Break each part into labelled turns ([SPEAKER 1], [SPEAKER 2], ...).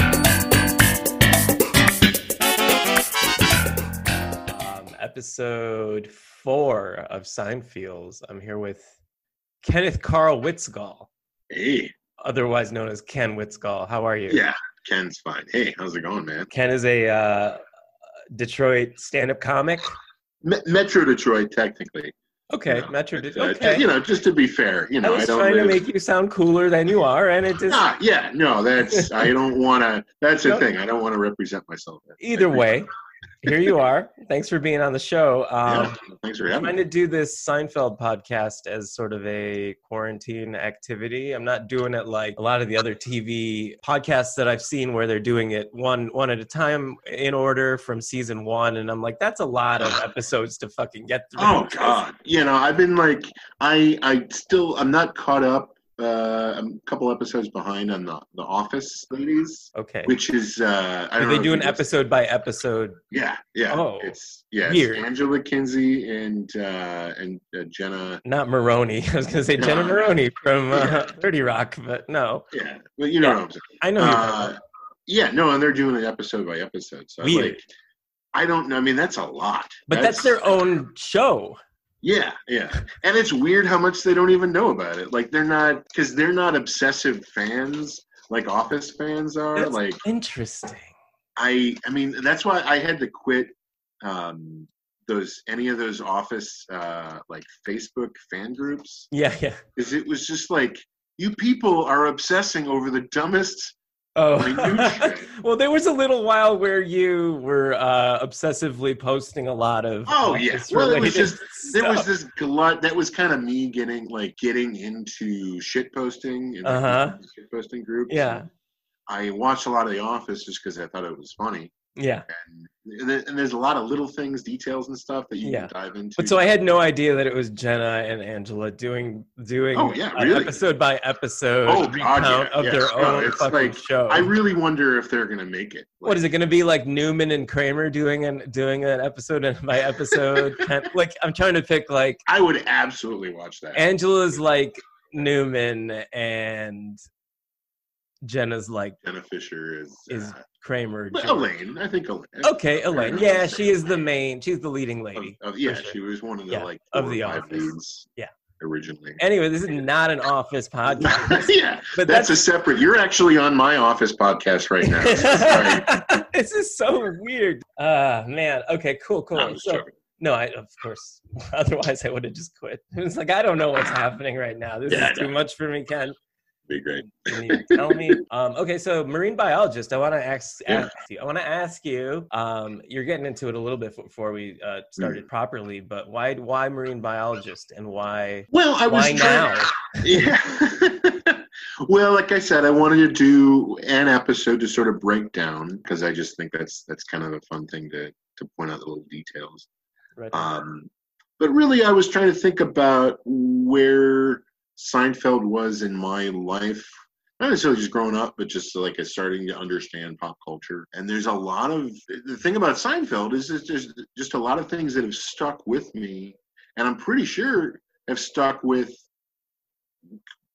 [SPEAKER 1] um, episode four of Seinfield's. I'm here with Kenneth Carl Witzgall,
[SPEAKER 2] Hey,
[SPEAKER 1] otherwise known as Ken Witzgall. How are you?
[SPEAKER 2] yeah, Ken's fine. Hey, how's it going, man?
[SPEAKER 1] Ken is a uh, Detroit stand-up comic.
[SPEAKER 2] Me- Metro Detroit, technically.
[SPEAKER 1] Okay,
[SPEAKER 2] No,
[SPEAKER 1] Metro.
[SPEAKER 2] but,
[SPEAKER 1] Did,
[SPEAKER 2] uh,
[SPEAKER 1] okay.
[SPEAKER 2] you know, just to be fair, you
[SPEAKER 1] I
[SPEAKER 2] know, I,
[SPEAKER 1] was
[SPEAKER 2] don't.
[SPEAKER 1] trying to
[SPEAKER 2] live-
[SPEAKER 1] make you sound cooler than you are, and it just
[SPEAKER 2] Ah, yeah, no, that's I don't want to. That's the
[SPEAKER 1] No.
[SPEAKER 2] thing. I don't want to represent myself.
[SPEAKER 1] either way. Here you are. Thanks for being on the show. Um,
[SPEAKER 2] Yeah, thanks for
[SPEAKER 1] I'm
[SPEAKER 2] having
[SPEAKER 1] trying
[SPEAKER 2] me.
[SPEAKER 1] to do this Seinfeld podcast as sort of a quarantine activity. I'm not doing it like a lot of the other TV podcasts that I've seen where they're doing it one one at a time in order from season 1 and I'm like that's a lot of episodes to fucking get through.
[SPEAKER 2] Oh God, you know, I've been like, I, I still, I'm not caught up. Uh, I'm a couple episodes behind on the the Office ladies,
[SPEAKER 1] Okay.
[SPEAKER 2] which is uh, I
[SPEAKER 1] Do
[SPEAKER 2] don't
[SPEAKER 1] they
[SPEAKER 2] know if
[SPEAKER 1] do
[SPEAKER 2] you
[SPEAKER 1] an
[SPEAKER 2] guys-
[SPEAKER 1] episode by episode?
[SPEAKER 2] Yeah, yeah.
[SPEAKER 1] Oh,
[SPEAKER 2] it's yeah,
[SPEAKER 1] weird.
[SPEAKER 2] it's Angela Kinsey and uh, and uh, Jenna.
[SPEAKER 1] Not Maroney. I was going to say Jenna
[SPEAKER 2] No.
[SPEAKER 1] Maroney from uh,
[SPEAKER 2] Yeah.
[SPEAKER 1] 30 Rock, but no.
[SPEAKER 2] Yeah, well, you know
[SPEAKER 1] Yeah.
[SPEAKER 2] what I'm saying.
[SPEAKER 1] I know
[SPEAKER 2] Uh, yeah, no, and they're doing it episode by episode. So
[SPEAKER 1] Weird.
[SPEAKER 2] like, I don't know. I mean, that's a lot.
[SPEAKER 1] but that's their own show.
[SPEAKER 2] Yeah, yeah, and it's weird how much they don't even know about it. Like they're not because they're not obsessive fans like Office fans are.
[SPEAKER 1] That's
[SPEAKER 2] like
[SPEAKER 1] interesting.
[SPEAKER 2] I, I mean, that's why I had to quit um, those any of those Office uh, like Facebook fan groups
[SPEAKER 1] Yeah, yeah.
[SPEAKER 2] because it was just like you people are obsessing over the dumbest.
[SPEAKER 1] Oh,
[SPEAKER 2] Minute shit.
[SPEAKER 1] well, there was a little while where you were uh, obsessively posting a lot of.
[SPEAKER 2] Oh, yeah.
[SPEAKER 1] office
[SPEAKER 2] Well, it was
[SPEAKER 1] related
[SPEAKER 2] there was
[SPEAKER 1] stuff.
[SPEAKER 2] this glut that was kind of me getting like getting into shit posting and
[SPEAKER 1] Uh-huh.
[SPEAKER 2] shit posting groups.
[SPEAKER 1] Yeah.
[SPEAKER 2] I watched a lot of The Office just because I thought it was funny,
[SPEAKER 1] Yeah,
[SPEAKER 2] and, and, there- and there's a lot of little things, details, and stuff that you
[SPEAKER 1] Yeah.
[SPEAKER 2] can dive into.
[SPEAKER 1] but so I had no idea that it was Jenna and Angela doing doing
[SPEAKER 2] Oh, yeah,
[SPEAKER 1] an
[SPEAKER 2] really?
[SPEAKER 1] episode by episode
[SPEAKER 2] Oh, God,
[SPEAKER 1] recount
[SPEAKER 2] yeah,
[SPEAKER 1] of
[SPEAKER 2] yeah.
[SPEAKER 1] their
[SPEAKER 2] No,
[SPEAKER 1] own
[SPEAKER 2] it's
[SPEAKER 1] fucking
[SPEAKER 2] like,
[SPEAKER 1] show.
[SPEAKER 2] I really wonder if they're gonna make it.
[SPEAKER 1] what is it going to be like? Newman and Kramer doing an doing an episode and by episode. kind- like I'm trying to pick like
[SPEAKER 2] I would absolutely watch that.
[SPEAKER 1] Angela's like Newman and Jenna's like
[SPEAKER 2] Jenna Fisher is,
[SPEAKER 1] Is
[SPEAKER 2] uh,
[SPEAKER 1] Kramer.
[SPEAKER 2] but
[SPEAKER 1] George.
[SPEAKER 2] Elaine. I think Elaine.
[SPEAKER 1] Okay, Elaine. Yeah, she is the
[SPEAKER 2] Elaine.
[SPEAKER 1] main. She's the leading
[SPEAKER 2] Of-
[SPEAKER 1] lady.
[SPEAKER 2] of- yeah,
[SPEAKER 1] for sure.
[SPEAKER 2] she was one of the
[SPEAKER 1] Yeah,
[SPEAKER 2] like
[SPEAKER 1] of
[SPEAKER 2] four or
[SPEAKER 1] The
[SPEAKER 2] five
[SPEAKER 1] Office.
[SPEAKER 2] leads
[SPEAKER 1] Yeah.
[SPEAKER 2] originally.
[SPEAKER 1] Anyway, this is not an office podcast,
[SPEAKER 2] yeah,
[SPEAKER 1] uh, but
[SPEAKER 2] that's
[SPEAKER 1] that's.
[SPEAKER 2] a separate. You're actually on my office podcast right now. Sorry.
[SPEAKER 1] this is so weird. Uh man. Okay. Cool. Cool.
[SPEAKER 2] I'm
[SPEAKER 1] so,
[SPEAKER 2] joking.
[SPEAKER 1] no, I of course. Otherwise, I would have just quit. It's like I don't know what's happening right now. This
[SPEAKER 2] Yeah, I
[SPEAKER 1] is too much for me, Ken.
[SPEAKER 2] Be great.
[SPEAKER 1] Can you tell me? Um, okay, so marine biologist, I want to ask,
[SPEAKER 2] Yeah.
[SPEAKER 1] ask you. I want to ask you. Um, you're getting into it a little bit before we uh,
[SPEAKER 2] Mm.
[SPEAKER 1] started properly, but why why marine biologist and why
[SPEAKER 2] Well, I was
[SPEAKER 1] why
[SPEAKER 2] trying-
[SPEAKER 1] now?
[SPEAKER 2] Yeah. well, like I said, I wanted to do an episode to sort of break down because I just think that's that's kind of a fun thing to to point out the little details.
[SPEAKER 1] Right.
[SPEAKER 2] Um, but really, I was trying to think about where Seinfeld was in my life. Not necessarily just growing up, but just like as starting to understand pop culture. And there's a lot of the thing about Seinfeld is there's just just a lot of things that have stuck with me, and I'm pretty sure have stuck with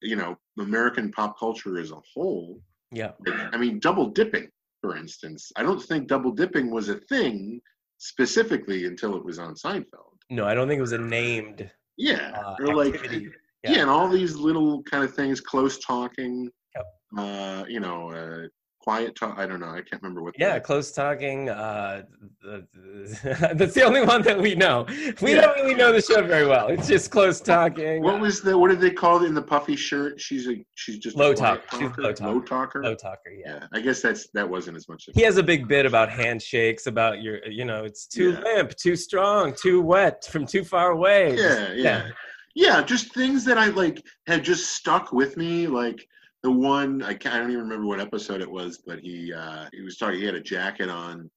[SPEAKER 2] you know American pop culture as a whole.
[SPEAKER 1] yeah.
[SPEAKER 2] I mean, double dipping, for instance. I don't think double dipping was a thing specifically until it was on Seinfeld.
[SPEAKER 1] No, I don't think it was a named
[SPEAKER 2] Yeah,
[SPEAKER 1] uh,
[SPEAKER 2] or like
[SPEAKER 1] activity.
[SPEAKER 2] yeah. and all these little kind of things, close talking,
[SPEAKER 1] Yep.
[SPEAKER 2] uh, you know, uh, quiet talk. I don't know. I can't remember what.
[SPEAKER 1] Yeah,
[SPEAKER 2] the-
[SPEAKER 1] close talking. Uh, the- the- that's the only one that we know. We
[SPEAKER 2] Yeah.
[SPEAKER 1] don't really know the show very well. It's just close talking.
[SPEAKER 2] What was the? What did they call it in the puffy shirt? She's a. She's just a
[SPEAKER 1] Low
[SPEAKER 2] quiet
[SPEAKER 1] talk. She's
[SPEAKER 2] talker,
[SPEAKER 1] low talk.
[SPEAKER 2] Low talker.
[SPEAKER 1] low talker? Yeah.
[SPEAKER 2] yeah, I guess that's that wasn't as much. Of,
[SPEAKER 1] He has a big bit about handshakes, about your, you know, it's too
[SPEAKER 2] Yeah.
[SPEAKER 1] limp, too strong, too wet, from too far away. Just-
[SPEAKER 2] yeah, yeah, yeah. Just things that I like have just stuck with me. Like the one I, can't, I don't even remember what episode it was, but he uh, he was talking. He had a jacket on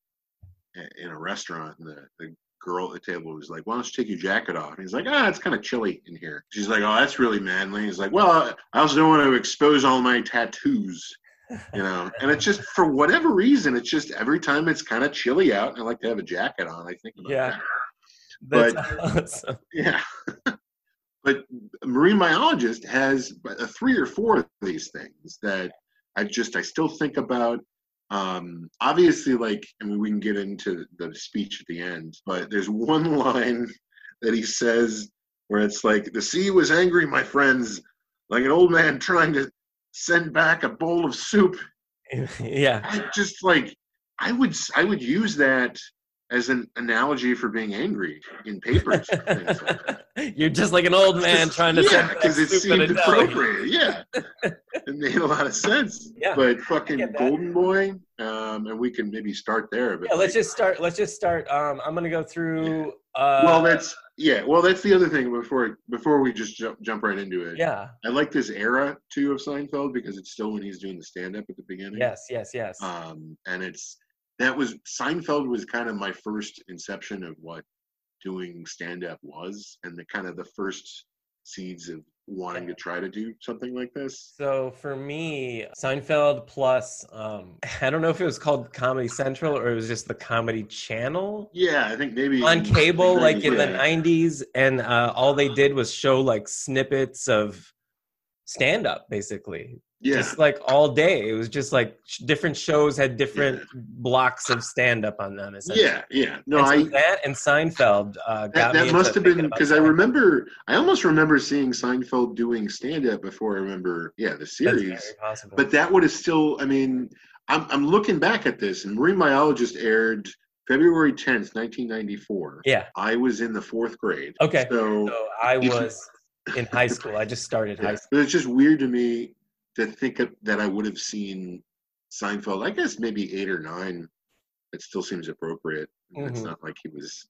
[SPEAKER 2] i- in a restaurant, and the, the girl at the table was like, "Why don't you take your jacket off?" And he's like, "Ah, it's kind of chilly in here." She's like, "Oh, that's really manly." He's like, "Well, I also don't want to expose all my tattoos." You know, and it's just for whatever reason, it's just every time it's kind of chilly out, and I like to have a jacket on. I think about
[SPEAKER 1] Yeah. That's
[SPEAKER 2] that. But-
[SPEAKER 1] awesome.
[SPEAKER 2] Yeah. but a marine biologist has a three or four of these things that I just I still think about. Um, obviously, like, I mean, we can get into the speech at the end, but there's one line that he says where it's like, the sea was angry, my friends, like an old man trying to send back a bowl of soup.
[SPEAKER 1] yeah.
[SPEAKER 2] I just like, I would, I would use that as an analogy for being angry in papers. and things like that.
[SPEAKER 1] You're just like an old man trying to
[SPEAKER 2] yeah,
[SPEAKER 1] send back
[SPEAKER 2] because it
[SPEAKER 1] soup
[SPEAKER 2] seemed
[SPEAKER 1] at a deli.
[SPEAKER 2] appropriate. Yeah, it made a lot of sense.
[SPEAKER 1] Yeah,
[SPEAKER 2] but fucking
[SPEAKER 1] get that.
[SPEAKER 2] Golden Boy, um, and we can maybe start there. But
[SPEAKER 1] Yeah, let's
[SPEAKER 2] like-
[SPEAKER 1] just start. Let's just start. Um, I'm gonna go through. Uh,
[SPEAKER 2] well, that's yeah. Well, that's the other thing. Before before we just jump jump right into it,
[SPEAKER 1] yeah.
[SPEAKER 2] I like this era too of Seinfeld because it's still when he's doing the stand up at the beginning.
[SPEAKER 1] Yes, yes, yes.
[SPEAKER 2] Um, and it's that was Seinfeld was kind of my first inception of what doing stand up was, and the kind of the first seeds of wanting to try to do something like this.
[SPEAKER 1] So for me, Seinfeld plus um, I don't know if it was called Comedy Central or it was just the Comedy Channel
[SPEAKER 2] Yeah, I think maybe
[SPEAKER 1] on cable, like in the
[SPEAKER 2] Mm, Yeah.
[SPEAKER 1] '90s, and uh, all they did was show like snippets of stand up, basically,
[SPEAKER 2] Yeah,
[SPEAKER 1] just like all day. It was just like sh- different shows had different blocks of stand up on them. essentially.
[SPEAKER 2] yeah, yeah. No,
[SPEAKER 1] and so
[SPEAKER 2] I
[SPEAKER 1] that and Seinfeld uh, got
[SPEAKER 2] that,
[SPEAKER 1] me
[SPEAKER 2] that
[SPEAKER 1] into
[SPEAKER 2] must have
[SPEAKER 1] thinking
[SPEAKER 2] been
[SPEAKER 1] about
[SPEAKER 2] because I
[SPEAKER 1] Seinfeld.
[SPEAKER 2] remember I almost remember seeing Seinfeld doing stand up before I remember yeah the
[SPEAKER 1] That's
[SPEAKER 2] series.
[SPEAKER 1] very possible.
[SPEAKER 2] But that would have still I mean I'm I'm looking back at this and Marine Biologist aired February 10th, 1994.
[SPEAKER 1] yeah.
[SPEAKER 2] I was in the fourth grade.
[SPEAKER 1] Okay.
[SPEAKER 2] So,
[SPEAKER 1] So I
[SPEAKER 2] if you-
[SPEAKER 1] was in high school. I just started
[SPEAKER 2] yeah.
[SPEAKER 1] high
[SPEAKER 2] But it's just weird to me to think of, that I would have seen Seinfeld. I guess maybe eight or nine. It still seems appropriate. It's
[SPEAKER 1] Mhm.
[SPEAKER 2] not like he was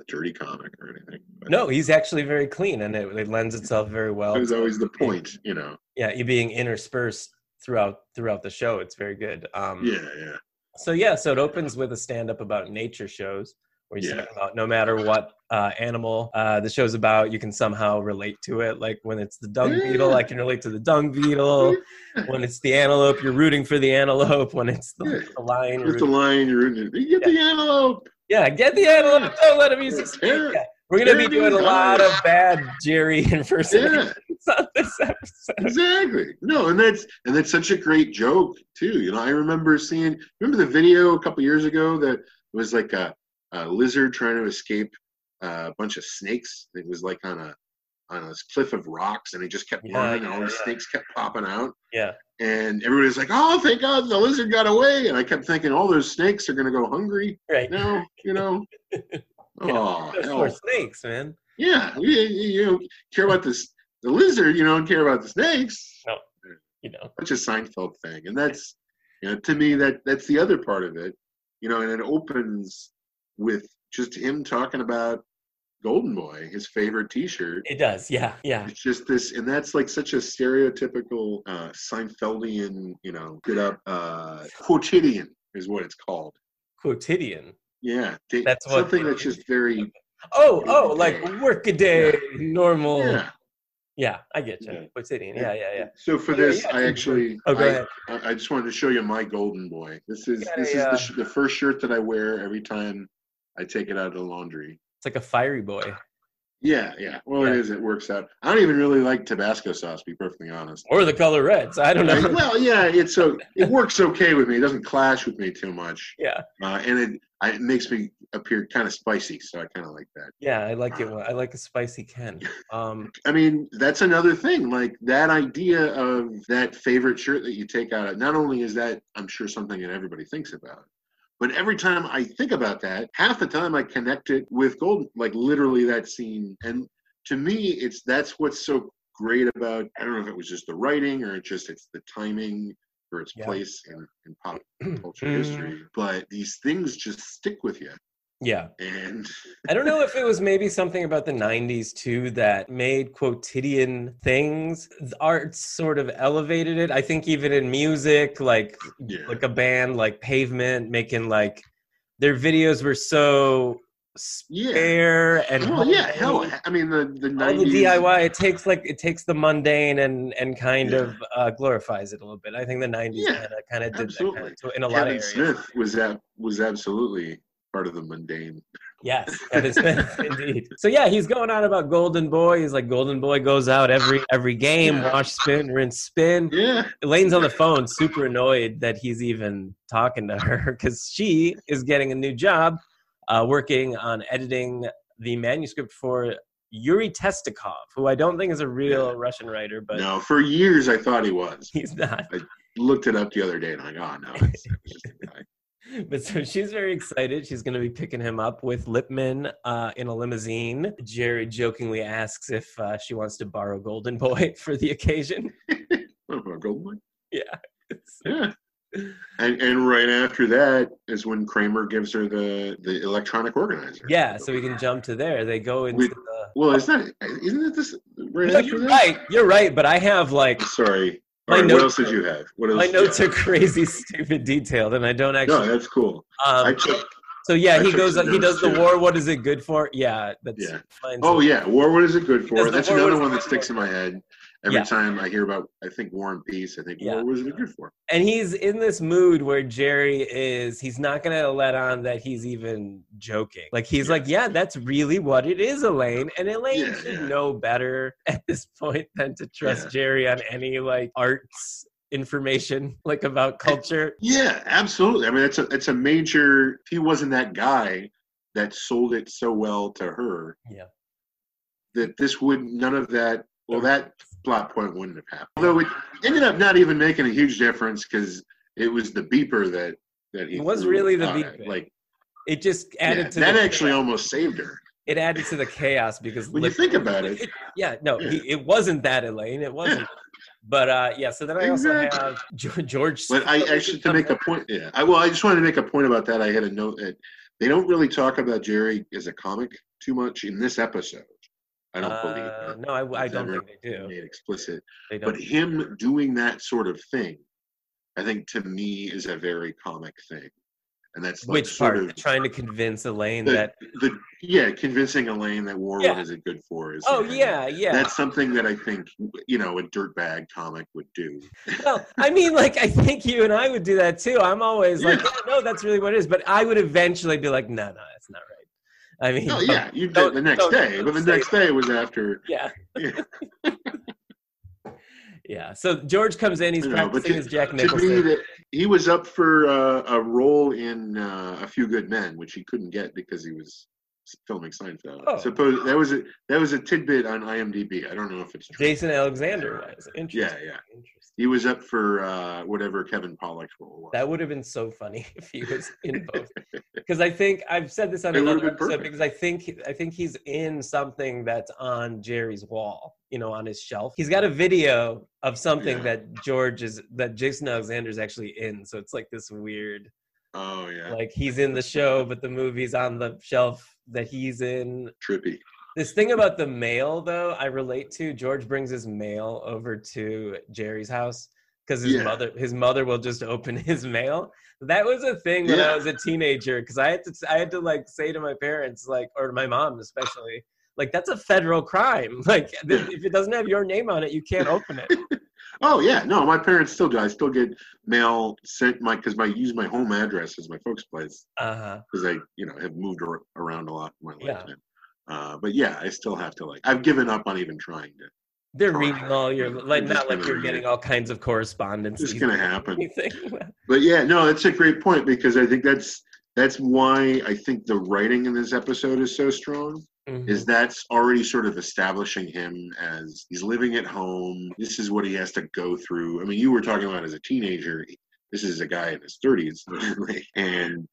[SPEAKER 2] a dirty comic or anything. but-
[SPEAKER 1] No, he's actually very clean, and it, it lends itself very well.
[SPEAKER 2] That was
[SPEAKER 1] to-
[SPEAKER 2] always the point, you know.
[SPEAKER 1] Yeah, you being interspersed throughout throughout the show. It's very good. Um,
[SPEAKER 2] Yeah, yeah.
[SPEAKER 1] So yeah, so it opens with a stand up about nature shows, where he's
[SPEAKER 2] Yeah.
[SPEAKER 1] talking about no matter what uh, animal uh, the show's about, you can somehow relate to it. Like when it's the dung beetle, I can relate to the dung beetle. When it's the antelope, you're rooting for the antelope. When it's the,
[SPEAKER 2] Yeah.
[SPEAKER 1] the lion, you're
[SPEAKER 2] With the
[SPEAKER 1] rooting-
[SPEAKER 2] lion, you're in it. You get the antelope.
[SPEAKER 1] yeah, get the antelope. Don't let him use his
[SPEAKER 2] Yeah.
[SPEAKER 1] Yeah. We're gonna be
[SPEAKER 2] Yeah,
[SPEAKER 1] doing a
[SPEAKER 2] dude.
[SPEAKER 1] lot of bad Jerry impersonations
[SPEAKER 2] Yeah,
[SPEAKER 1] on this episode.
[SPEAKER 2] exactly. No, and that's and that's such a great joke too. You know, I remember seeing. Remember the video a couple years ago that was like a, a lizard trying to escape uh, a bunch of snakes. It was like on a on a cliff of rocks, and it just kept
[SPEAKER 1] Yeah,
[SPEAKER 2] running, and
[SPEAKER 1] yeah,
[SPEAKER 2] all the
[SPEAKER 1] yeah.
[SPEAKER 2] snakes kept popping out.
[SPEAKER 1] Yeah.
[SPEAKER 2] And everybody's like, "Oh, thank God the lizard got away!" And I kept thinking, "All those snakes are gonna go hungry."
[SPEAKER 1] Right.
[SPEAKER 2] No, you know. Oh,
[SPEAKER 1] Those
[SPEAKER 2] hell.
[SPEAKER 1] poor snakes, man.
[SPEAKER 2] Yeah, you, you you don't care about this the lizard. You don't care about the snakes.
[SPEAKER 1] You know.
[SPEAKER 2] Such a Seinfeld thing, and that's you know to me that that's the other part of it. You know, and it opens with just him talking about Golden Boy, his favorite T-shirt.
[SPEAKER 1] It does. Yeah. Yeah.
[SPEAKER 2] It's just this, and that's like such a stereotypical uh, Seinfeldian, you know, get up uh, quotidian is what it's called.
[SPEAKER 1] Quotidian.
[SPEAKER 2] Yeah, they-
[SPEAKER 1] That's what-
[SPEAKER 2] something that's just very
[SPEAKER 1] Oh, oh, like workaday, normal.
[SPEAKER 2] yeah.
[SPEAKER 1] Yeah. I get you.
[SPEAKER 2] Yeah.
[SPEAKER 1] Quotidian. Yeah, yeah yeah,
[SPEAKER 2] So for
[SPEAKER 1] Oh, yeah,
[SPEAKER 2] this,
[SPEAKER 1] yeah,
[SPEAKER 2] I
[SPEAKER 1] it's-
[SPEAKER 2] actually
[SPEAKER 1] Oh, go
[SPEAKER 2] I-
[SPEAKER 1] ahead.
[SPEAKER 2] I I just wanted to show you my golden boy. This is
[SPEAKER 1] Got
[SPEAKER 2] this
[SPEAKER 1] a,
[SPEAKER 2] is
[SPEAKER 1] uh,
[SPEAKER 2] the, sh- the first shirt that I wear every time I take it out of the laundry.
[SPEAKER 1] It's like a fiery boy.
[SPEAKER 2] Yeah, yeah. Well, it
[SPEAKER 1] Yeah.
[SPEAKER 2] is. It works out. I don't even really like Tabasco sauce. To be perfectly honest.
[SPEAKER 1] Or the color reds. I don't
[SPEAKER 2] I-
[SPEAKER 1] know.
[SPEAKER 2] well, yeah. It's so it works okay with me. It doesn't clash with me too much,
[SPEAKER 1] Yeah.
[SPEAKER 2] uh, and it I, it makes me appear kind of spicy. So I kind of like that.
[SPEAKER 1] Yeah, I like it when I like a spicy Ken. Um
[SPEAKER 2] I mean, that's another thing. Like that idea of that favorite shirt that you take out. Not only is that, I'm sure, something that everybody thinks about, but every time I think about that, half the time I connect it with Golden, like literally that scene. And to me, it's that's what's so great about. I don't know if it was just the writing or it just it's the timing or its
[SPEAKER 1] Yeah.
[SPEAKER 2] place in, in pop culture
[SPEAKER 1] Mm.
[SPEAKER 2] history. But these things just stick with you,
[SPEAKER 1] yeah.
[SPEAKER 2] and
[SPEAKER 1] I don't know if it was maybe something about the 90s too that made quotidian things the art sort of elevated it. I think even in music like
[SPEAKER 2] yeah,
[SPEAKER 1] like a band like Pavement making like their videos were so
[SPEAKER 2] yeah.
[SPEAKER 1] spare and
[SPEAKER 2] Well, yeah, hell,
[SPEAKER 1] homemade.
[SPEAKER 2] I mean the the
[SPEAKER 1] all the
[SPEAKER 2] 90s
[SPEAKER 1] DIY it takes like it takes the mundane and and kind
[SPEAKER 2] Yeah.
[SPEAKER 1] of uh, glorifies it a little bit. I think the 90s
[SPEAKER 2] Yeah,
[SPEAKER 1] kind of kind of did that
[SPEAKER 2] absolutely.
[SPEAKER 1] kinda to- in a lot
[SPEAKER 2] Kevin
[SPEAKER 1] of areas.
[SPEAKER 2] Smith was ab- was absolutely part of the mundane.
[SPEAKER 1] Yes, Kevin Smith, indeed. So yeah, he's going on about Golden Boy. He's like, Golden Boy goes out every every game,
[SPEAKER 2] Yeah.
[SPEAKER 1] wash, spin, rinse, spin.
[SPEAKER 2] Yeah.
[SPEAKER 1] Elaine's on the phone, super annoyed that he's even talking to her because she is getting a new job, uh, working on editing the manuscript for Yuri Testikov, who I don't think is a real
[SPEAKER 2] Yeah.
[SPEAKER 1] Russian writer, but
[SPEAKER 2] No, for years I thought he was.
[SPEAKER 1] he's not.
[SPEAKER 2] Looked it up the other day and I'm like, oh no, it's, it was just a guy.
[SPEAKER 1] But so she's very excited. She's going to be picking him up with Lipman uh, in a limousine. Jerry jokingly asks if uh, she wants to borrow Golden Boy for the occasion.
[SPEAKER 2] Oh, a golden one?
[SPEAKER 1] Yeah.
[SPEAKER 2] Yeah. And and right after that is when Kramer gives her the the electronic organizer.
[SPEAKER 1] Yeah, so we can jump to there. They go into
[SPEAKER 2] We-
[SPEAKER 1] the.
[SPEAKER 2] Well, is that isn't it this right
[SPEAKER 1] No,
[SPEAKER 2] after
[SPEAKER 1] you're
[SPEAKER 2] that?
[SPEAKER 1] right. You're right. But I have like
[SPEAKER 2] Sorry.
[SPEAKER 1] My
[SPEAKER 2] All right, what
[SPEAKER 1] notes
[SPEAKER 2] else did
[SPEAKER 1] are-
[SPEAKER 2] you have? What else?
[SPEAKER 1] my
[SPEAKER 2] did
[SPEAKER 1] notes
[SPEAKER 2] you
[SPEAKER 1] are crazy, stupid, detailed, and I don't
[SPEAKER 2] have? No,
[SPEAKER 1] actually.
[SPEAKER 2] that's cool. I
[SPEAKER 1] Um,
[SPEAKER 2] took.
[SPEAKER 1] so yeah,
[SPEAKER 2] I
[SPEAKER 1] he
[SPEAKER 2] took
[SPEAKER 1] goes.
[SPEAKER 2] some
[SPEAKER 1] He does
[SPEAKER 2] notes,
[SPEAKER 1] the
[SPEAKER 2] too.
[SPEAKER 1] war. What is it good for? Yeah, that's.
[SPEAKER 2] Yeah.
[SPEAKER 1] mine's-
[SPEAKER 2] Oh yeah, war. What is it good
[SPEAKER 1] Because
[SPEAKER 2] for?
[SPEAKER 1] the
[SPEAKER 2] That's
[SPEAKER 1] war
[SPEAKER 2] another
[SPEAKER 1] was
[SPEAKER 2] one
[SPEAKER 1] good
[SPEAKER 2] that sticks
[SPEAKER 1] for-
[SPEAKER 2] in my head every
[SPEAKER 1] Yeah.
[SPEAKER 2] time I hear about. I think War and Peace. I think
[SPEAKER 1] Yeah.
[SPEAKER 2] war was it good for?
[SPEAKER 1] and he's in this mood where Jerry is he's not gonna let on that he's even joking. Like he's
[SPEAKER 2] Yeah.
[SPEAKER 1] like, Yeah, that's really what it is, Elaine. And Elaine
[SPEAKER 2] Yeah,
[SPEAKER 1] should
[SPEAKER 2] yeah.
[SPEAKER 1] know better at this point than to trust
[SPEAKER 2] Yeah.
[SPEAKER 1] Jerry on any like arts information, like about culture.
[SPEAKER 2] Yeah, absolutely. I mean, it's a it's a major. He wasn't that guy that sold it so well to her.
[SPEAKER 1] Yeah.
[SPEAKER 2] That this would none of that. Well, that plot point wouldn't have happened. Although it ended up not even making a huge difference because it was the beeper that that he
[SPEAKER 1] It was
[SPEAKER 2] threw
[SPEAKER 1] really the
[SPEAKER 2] out at.
[SPEAKER 1] beeper.
[SPEAKER 2] Like
[SPEAKER 1] It just
[SPEAKER 2] yeah,
[SPEAKER 1] added to
[SPEAKER 2] that
[SPEAKER 1] the
[SPEAKER 2] actually almost saved her.
[SPEAKER 1] it added to the chaos because
[SPEAKER 2] When you
[SPEAKER 1] Lip-
[SPEAKER 2] think about it,
[SPEAKER 1] yeah, no,
[SPEAKER 2] Yeah.
[SPEAKER 1] He, it wasn't that Elaine. It wasn't. But uh yeah, so then I
[SPEAKER 2] Exactly.
[SPEAKER 1] also have Geo- George
[SPEAKER 2] But I actually to make a point. Yeah, I well, I just wanted to make a point about that. I had a note that they don't really talk about Jerry as a comic too much in this episode. I don't
[SPEAKER 1] uh,
[SPEAKER 2] believe
[SPEAKER 1] no, I, I don't
[SPEAKER 2] Never
[SPEAKER 1] think they do.
[SPEAKER 2] it made explicit,
[SPEAKER 1] They don't.
[SPEAKER 2] but him doing that sort of thing, I think to me is a very comic thing, and that's like
[SPEAKER 1] Which
[SPEAKER 2] sort
[SPEAKER 1] part?
[SPEAKER 2] of
[SPEAKER 1] Trying to convince Elaine
[SPEAKER 2] the,
[SPEAKER 1] that
[SPEAKER 2] the yeah convincing Elaine that war
[SPEAKER 1] Yeah.
[SPEAKER 2] what is it good for is
[SPEAKER 1] oh
[SPEAKER 2] the-
[SPEAKER 1] yeah yeah.
[SPEAKER 2] That's something that I think you know a dirtbag comic would do.
[SPEAKER 1] well, I mean, like I think you and I would do that too. I'm always like,
[SPEAKER 2] Yeah.
[SPEAKER 1] "Yeah, no, that's really what it is. But I would eventually be like, no, no, that's not right. I mean,
[SPEAKER 2] Oh yeah, you
[SPEAKER 1] don't-
[SPEAKER 2] did the next
[SPEAKER 1] don't-
[SPEAKER 2] day,
[SPEAKER 1] don't
[SPEAKER 2] but the
[SPEAKER 1] say
[SPEAKER 2] next day was after
[SPEAKER 1] yeah,
[SPEAKER 2] Yeah.
[SPEAKER 1] yeah. So George comes in. He's
[SPEAKER 2] I know, but
[SPEAKER 1] practicing
[SPEAKER 2] to-
[SPEAKER 1] his Jack
[SPEAKER 2] to me,
[SPEAKER 1] Nicholson.
[SPEAKER 2] that he was up for uh, a role in uh, A Few Good Men, which he couldn't get because he was filming Seinfeld.
[SPEAKER 1] Oh.
[SPEAKER 2] Suppose that was a that was a tidbit on IMDb. I don't know if it's true.
[SPEAKER 1] Jason Alexander was interesting.
[SPEAKER 2] Yeah, yeah.
[SPEAKER 1] Interesting.
[SPEAKER 2] He was up for uh, whatever Kevin Pollock's role was.
[SPEAKER 1] That would have been so funny if he was in both. Because I think I've said this on
[SPEAKER 2] It would have
[SPEAKER 1] another
[SPEAKER 2] been
[SPEAKER 1] episode.
[SPEAKER 2] perfect.
[SPEAKER 1] Because I think I think he's in something that's on Jerry's wall, you know, on his shelf. He's got a video of something
[SPEAKER 2] Yeah.
[SPEAKER 1] that George is that Jason Alexander's actually in. So it's like this weird,
[SPEAKER 2] oh yeah,
[SPEAKER 1] like he's in the show, but the movie's on the shelf that he's in.
[SPEAKER 2] trippy.
[SPEAKER 1] This thing about the mail, though, I relate to. George brings his mail over to Jerry's house because his
[SPEAKER 2] Yeah.
[SPEAKER 1] mother his mother will just open his mail. That was a thing when I
[SPEAKER 2] Yeah.
[SPEAKER 1] was a teenager because I had to I had to like say to my parents like or my mom especially like that's a federal crime. Like th-
[SPEAKER 2] Yeah.
[SPEAKER 1] if it doesn't have your name on it, you can't open it.
[SPEAKER 2] Oh yeah, no, my parents still do. I still get mail sent my because my use my home address as my folks' place
[SPEAKER 1] Uh huh.
[SPEAKER 2] because I you know have moved ar- around a lot in my
[SPEAKER 1] Yeah.
[SPEAKER 2] lifetime. Uh, but yeah, I still have to like. I've given up on even trying to.
[SPEAKER 1] They're
[SPEAKER 2] Sure.
[SPEAKER 1] reading all your like
[SPEAKER 2] You're just
[SPEAKER 1] not like
[SPEAKER 2] gonna
[SPEAKER 1] you're
[SPEAKER 2] read
[SPEAKER 1] getting
[SPEAKER 2] it.
[SPEAKER 1] all kinds of correspondence.
[SPEAKER 2] It's just
[SPEAKER 1] these
[SPEAKER 2] gonna
[SPEAKER 1] days or
[SPEAKER 2] happen.
[SPEAKER 1] anything.
[SPEAKER 2] But yeah, no, that's a great point because I think that's that's why I think the writing in this episode is so strong.
[SPEAKER 1] Mhm.
[SPEAKER 2] Is that's already sort of establishing him as he's living at home. This is what he has to go through. I mean, you were talking about as a teenager. This is a guy in his thirties, and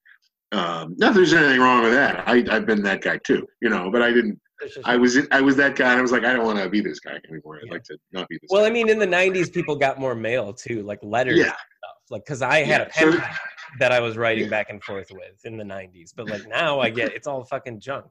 [SPEAKER 2] um, not that there's anything wrong with that. I, I've been that guy too, you know. But I didn't. I was I was that guy. And I was like, I don't want to be this guy anymore. I'd
[SPEAKER 1] Yeah.
[SPEAKER 2] like to not be this.
[SPEAKER 1] Well,
[SPEAKER 2] guy.
[SPEAKER 1] I mean, in the '90s, people got more mail too, like letters
[SPEAKER 2] Yeah.
[SPEAKER 1] and stuff. Like, because I had a
[SPEAKER 2] Yeah,
[SPEAKER 1] pen
[SPEAKER 2] so-
[SPEAKER 1] pal that I was writing
[SPEAKER 2] Yeah.
[SPEAKER 1] back and forth with in the '90s, but like now, I get it's all fucking junk.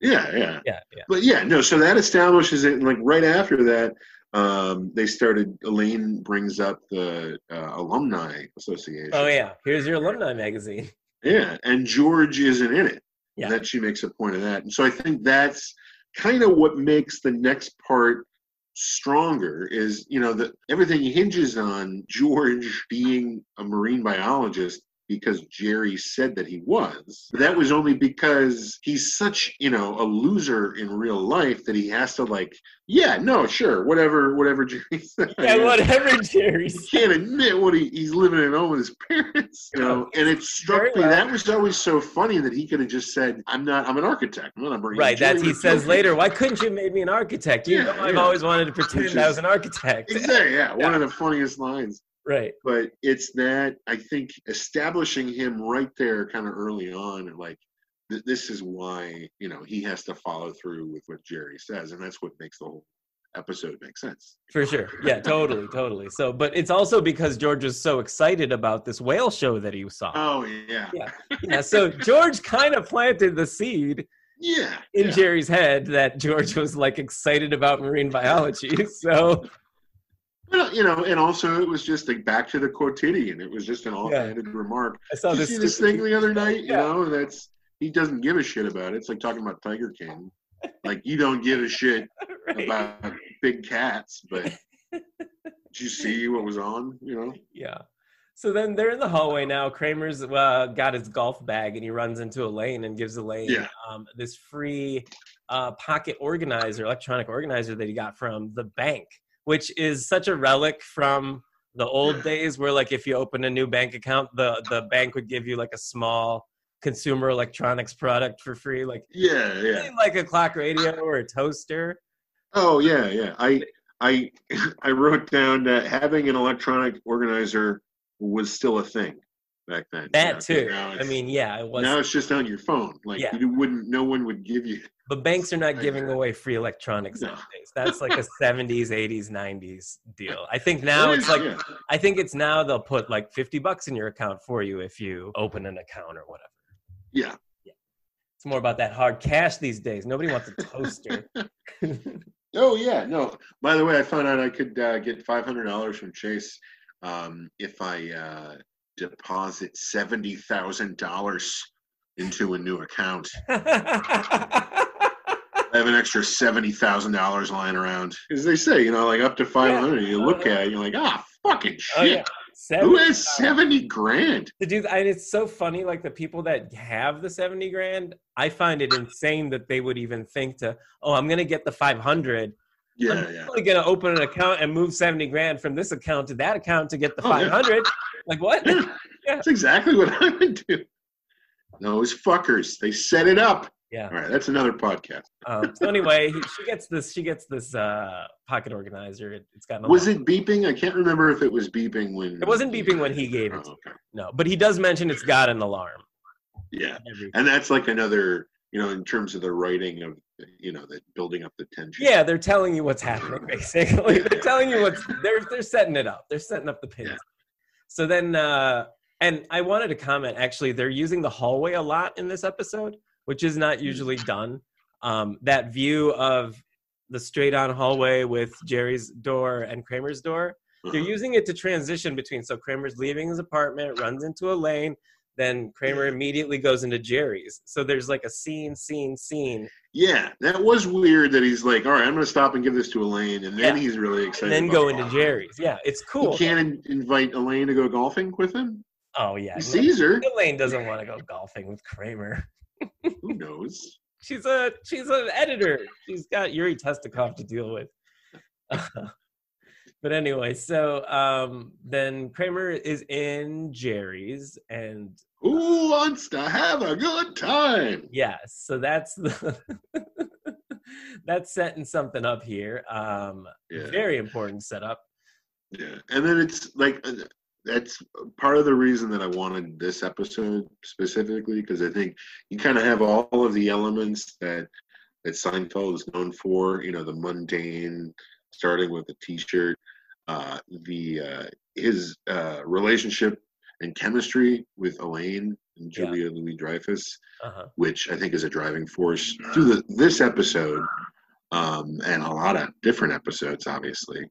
[SPEAKER 2] yeah, yeah.
[SPEAKER 1] Yeah, yeah.
[SPEAKER 2] But yeah, no. So that establishes it. And like right after that, um, they started. Elaine brings up the uh, alumni association.
[SPEAKER 1] Oh yeah, here's your alumni magazine.
[SPEAKER 2] Yeah, and George isn't in it.
[SPEAKER 1] Yeah.
[SPEAKER 2] Yeah. That she makes a point of that, and so I think that's kind of what makes the next part stronger. Is you know that everything hinges on George being a marine biologist because Jerry said that he was. That was only because he's such, you know, a loser in real life that he has to like, yeah, no, sure, whatever, whatever Jerry said.
[SPEAKER 1] Yeah, whatever, Jerry.
[SPEAKER 2] He can't admit what he, he's living at home with his parents, you know. And it struck
[SPEAKER 1] Very
[SPEAKER 2] me
[SPEAKER 1] well.
[SPEAKER 2] that was always so funny that he could have just said, "I'm not. I'm an architect. I'm not bringing."
[SPEAKER 1] Right,
[SPEAKER 2] Jerry
[SPEAKER 1] that he
[SPEAKER 2] was
[SPEAKER 1] says
[SPEAKER 2] joking.
[SPEAKER 1] later. Why couldn't you have made me an architect? You
[SPEAKER 2] Yeah,
[SPEAKER 1] know, I've
[SPEAKER 2] yeah.
[SPEAKER 1] always wanted to pretend
[SPEAKER 2] Which
[SPEAKER 1] I
[SPEAKER 2] is-
[SPEAKER 1] was an architect.
[SPEAKER 2] Exactly. Yeah, one of the funniest lines.
[SPEAKER 1] Right.
[SPEAKER 2] But it's that I think establishing him right there, kind of early on, like th- this is why you know he has to follow through with what Jerry says, and that's what makes the whole episode make sense.
[SPEAKER 1] For sure. Yeah, totally, totally. So, but it's also because George was so excited about this whale show that he saw.
[SPEAKER 2] Oh yeah,
[SPEAKER 1] Yeah. Yeah, so George kind of planted the seed
[SPEAKER 2] yeah.
[SPEAKER 1] in
[SPEAKER 2] yeah.
[SPEAKER 1] Jerry's head that George was like excited about marine biology. So,
[SPEAKER 2] Well, you know, and also it was just like back to the quotidian. It was just an offhanded remark.
[SPEAKER 1] I saw
[SPEAKER 2] Did you
[SPEAKER 1] this.
[SPEAKER 2] see this thing the other night? You
[SPEAKER 1] Yeah.
[SPEAKER 2] know, that's he doesn't give a shit about it. It's like talking about Tiger King. Like you don't give a shit
[SPEAKER 1] Right.
[SPEAKER 2] about big cats, but did you see what was on? You know,
[SPEAKER 1] Yeah. So then they're in the hallway now. Kramer's uh, got his golf bag and he runs into Elaine and gives Elaine
[SPEAKER 2] Yeah.
[SPEAKER 1] um, this free uh, pocket organizer, electronic organizer that he got from the bank, which is such a relic from the old
[SPEAKER 2] Yeah.
[SPEAKER 1] days where, like, if you open a new bank account, the, the bank would give you like a small consumer electronics product for free, like
[SPEAKER 2] yeah, yeah.
[SPEAKER 1] like a clock radio or a toaster.
[SPEAKER 2] Oh yeah, yeah. I I I wrote down that having an electronic organizer was still a thing back then.
[SPEAKER 1] That
[SPEAKER 2] You know, 'cause
[SPEAKER 1] too.
[SPEAKER 2] now
[SPEAKER 1] I
[SPEAKER 2] it's-
[SPEAKER 1] mean, yeah, it was.
[SPEAKER 2] now it's just on your phone. Like
[SPEAKER 1] Yeah.
[SPEAKER 2] you wouldn't, no one would give you.
[SPEAKER 1] But banks are not giving
[SPEAKER 2] Right.
[SPEAKER 1] away free electronics
[SPEAKER 2] No.
[SPEAKER 1] nowadays. That's like a 70s, 80s, 90s deal. I think now
[SPEAKER 2] It
[SPEAKER 1] it's
[SPEAKER 2] is,
[SPEAKER 1] like
[SPEAKER 2] Oh, yeah.
[SPEAKER 1] I think it's now they'll put like 50 bucks in your account for you if you open an account or whatever.
[SPEAKER 2] yeah.
[SPEAKER 1] It's more about that hard cash these days. Nobody wants a toaster.
[SPEAKER 2] Oh yeah, no. By the way, I found out I could uh, get five hundred dollars from Chase um, if I uh, deposit seventy thousand dollars into a new account. I have an extra seventy thousand dollars lying around. As they say, you know, like up to five hundred. You look at it, you're like, ah, fucking
[SPEAKER 1] oh yeah.
[SPEAKER 2] shit.
[SPEAKER 1] Seven.
[SPEAKER 2] Who has seventy grand?
[SPEAKER 1] The dude, and it's so funny. Like the people that have the seventy grand, I find it insane that they would even think to, oh, I'm gonna get the five hundred,
[SPEAKER 2] Yeah,
[SPEAKER 1] I'm
[SPEAKER 2] yeah.
[SPEAKER 1] only gonna open an account and move seventy grand from this account to that account to get the
[SPEAKER 2] Oh, yeah.
[SPEAKER 1] five hundred. Like what?
[SPEAKER 2] Yeah. That's exactly what I would do. Those fuckers, they set it up.
[SPEAKER 1] Yeah.
[SPEAKER 2] All right, that's another podcast.
[SPEAKER 1] Um, so anyway, he, she gets this. She gets this uh, pocket organizer. It, it's got. a
[SPEAKER 2] Was
[SPEAKER 1] lot-
[SPEAKER 2] it beeping? I can't remember if it was beeping when.
[SPEAKER 1] It wasn't beeping when he gave it.
[SPEAKER 2] Oh, okay.
[SPEAKER 1] No, but he does mention it's got an alarm.
[SPEAKER 2] Yeah,
[SPEAKER 1] Every-
[SPEAKER 2] and that's like another, you know, in terms of the writing of, you know, the building up the tension.
[SPEAKER 1] Yeah, they're telling you what's happening. Basically,
[SPEAKER 2] Yeah.
[SPEAKER 1] they're telling you what's they're they're setting it up. They're setting up the pins.
[SPEAKER 2] Yeah.
[SPEAKER 1] So then, uh, and I wanted to comment. Actually, they're using the hallway a lot in this episode, which is
[SPEAKER 2] Mm.
[SPEAKER 1] not usually done. Um, that view of the straight-on hallway with Jerry's door and Kramer's door. They're
[SPEAKER 2] Uh-huh.
[SPEAKER 1] using it to transition between. So Kramer's leaving his apartment, runs into a lane. Then Kramer
[SPEAKER 2] Yeah.
[SPEAKER 1] immediately goes into Jerry's. So there's like a scene, scene, scene,
[SPEAKER 2] Yeah, that was weird that he's like, all right, I'm going to stop and give this to Elaine, and then
[SPEAKER 1] Yeah.
[SPEAKER 2] he's really excited.
[SPEAKER 1] and then
[SPEAKER 2] about
[SPEAKER 1] go
[SPEAKER 2] it.
[SPEAKER 1] into Jerry's. Yeah, it's
[SPEAKER 2] He
[SPEAKER 1] cool.
[SPEAKER 2] can't in- invite Elaine to go golfing with him.
[SPEAKER 1] Oh yeah,
[SPEAKER 2] He sees her.
[SPEAKER 1] Elaine doesn't want to go golfing with Kramer.
[SPEAKER 2] Who knows?
[SPEAKER 1] She's a she's an editor. She's got Yuri Testikov to deal with. but anyway, so um, then Kramer is in Jerry's, and
[SPEAKER 2] Who wants to have a good time?
[SPEAKER 1] yeah, so that's the that's setting something up here. Um,
[SPEAKER 2] Yeah.
[SPEAKER 1] Very important setup.
[SPEAKER 2] Yeah, and then it's like uh, that's part of the reason that I wanted this episode specifically because I think you kind of have all of the elements that that Seinfeld is known for. You know, the mundane, starting with a T-shirt, uh, the uh, his uh, relationship and chemistry with Elaine and
[SPEAKER 1] Yeah.
[SPEAKER 2] Julia Louis Dreyfus
[SPEAKER 1] Uh-huh.
[SPEAKER 2] which I think is a driving force through the, this episode um, and a lot of different episodes, obviously.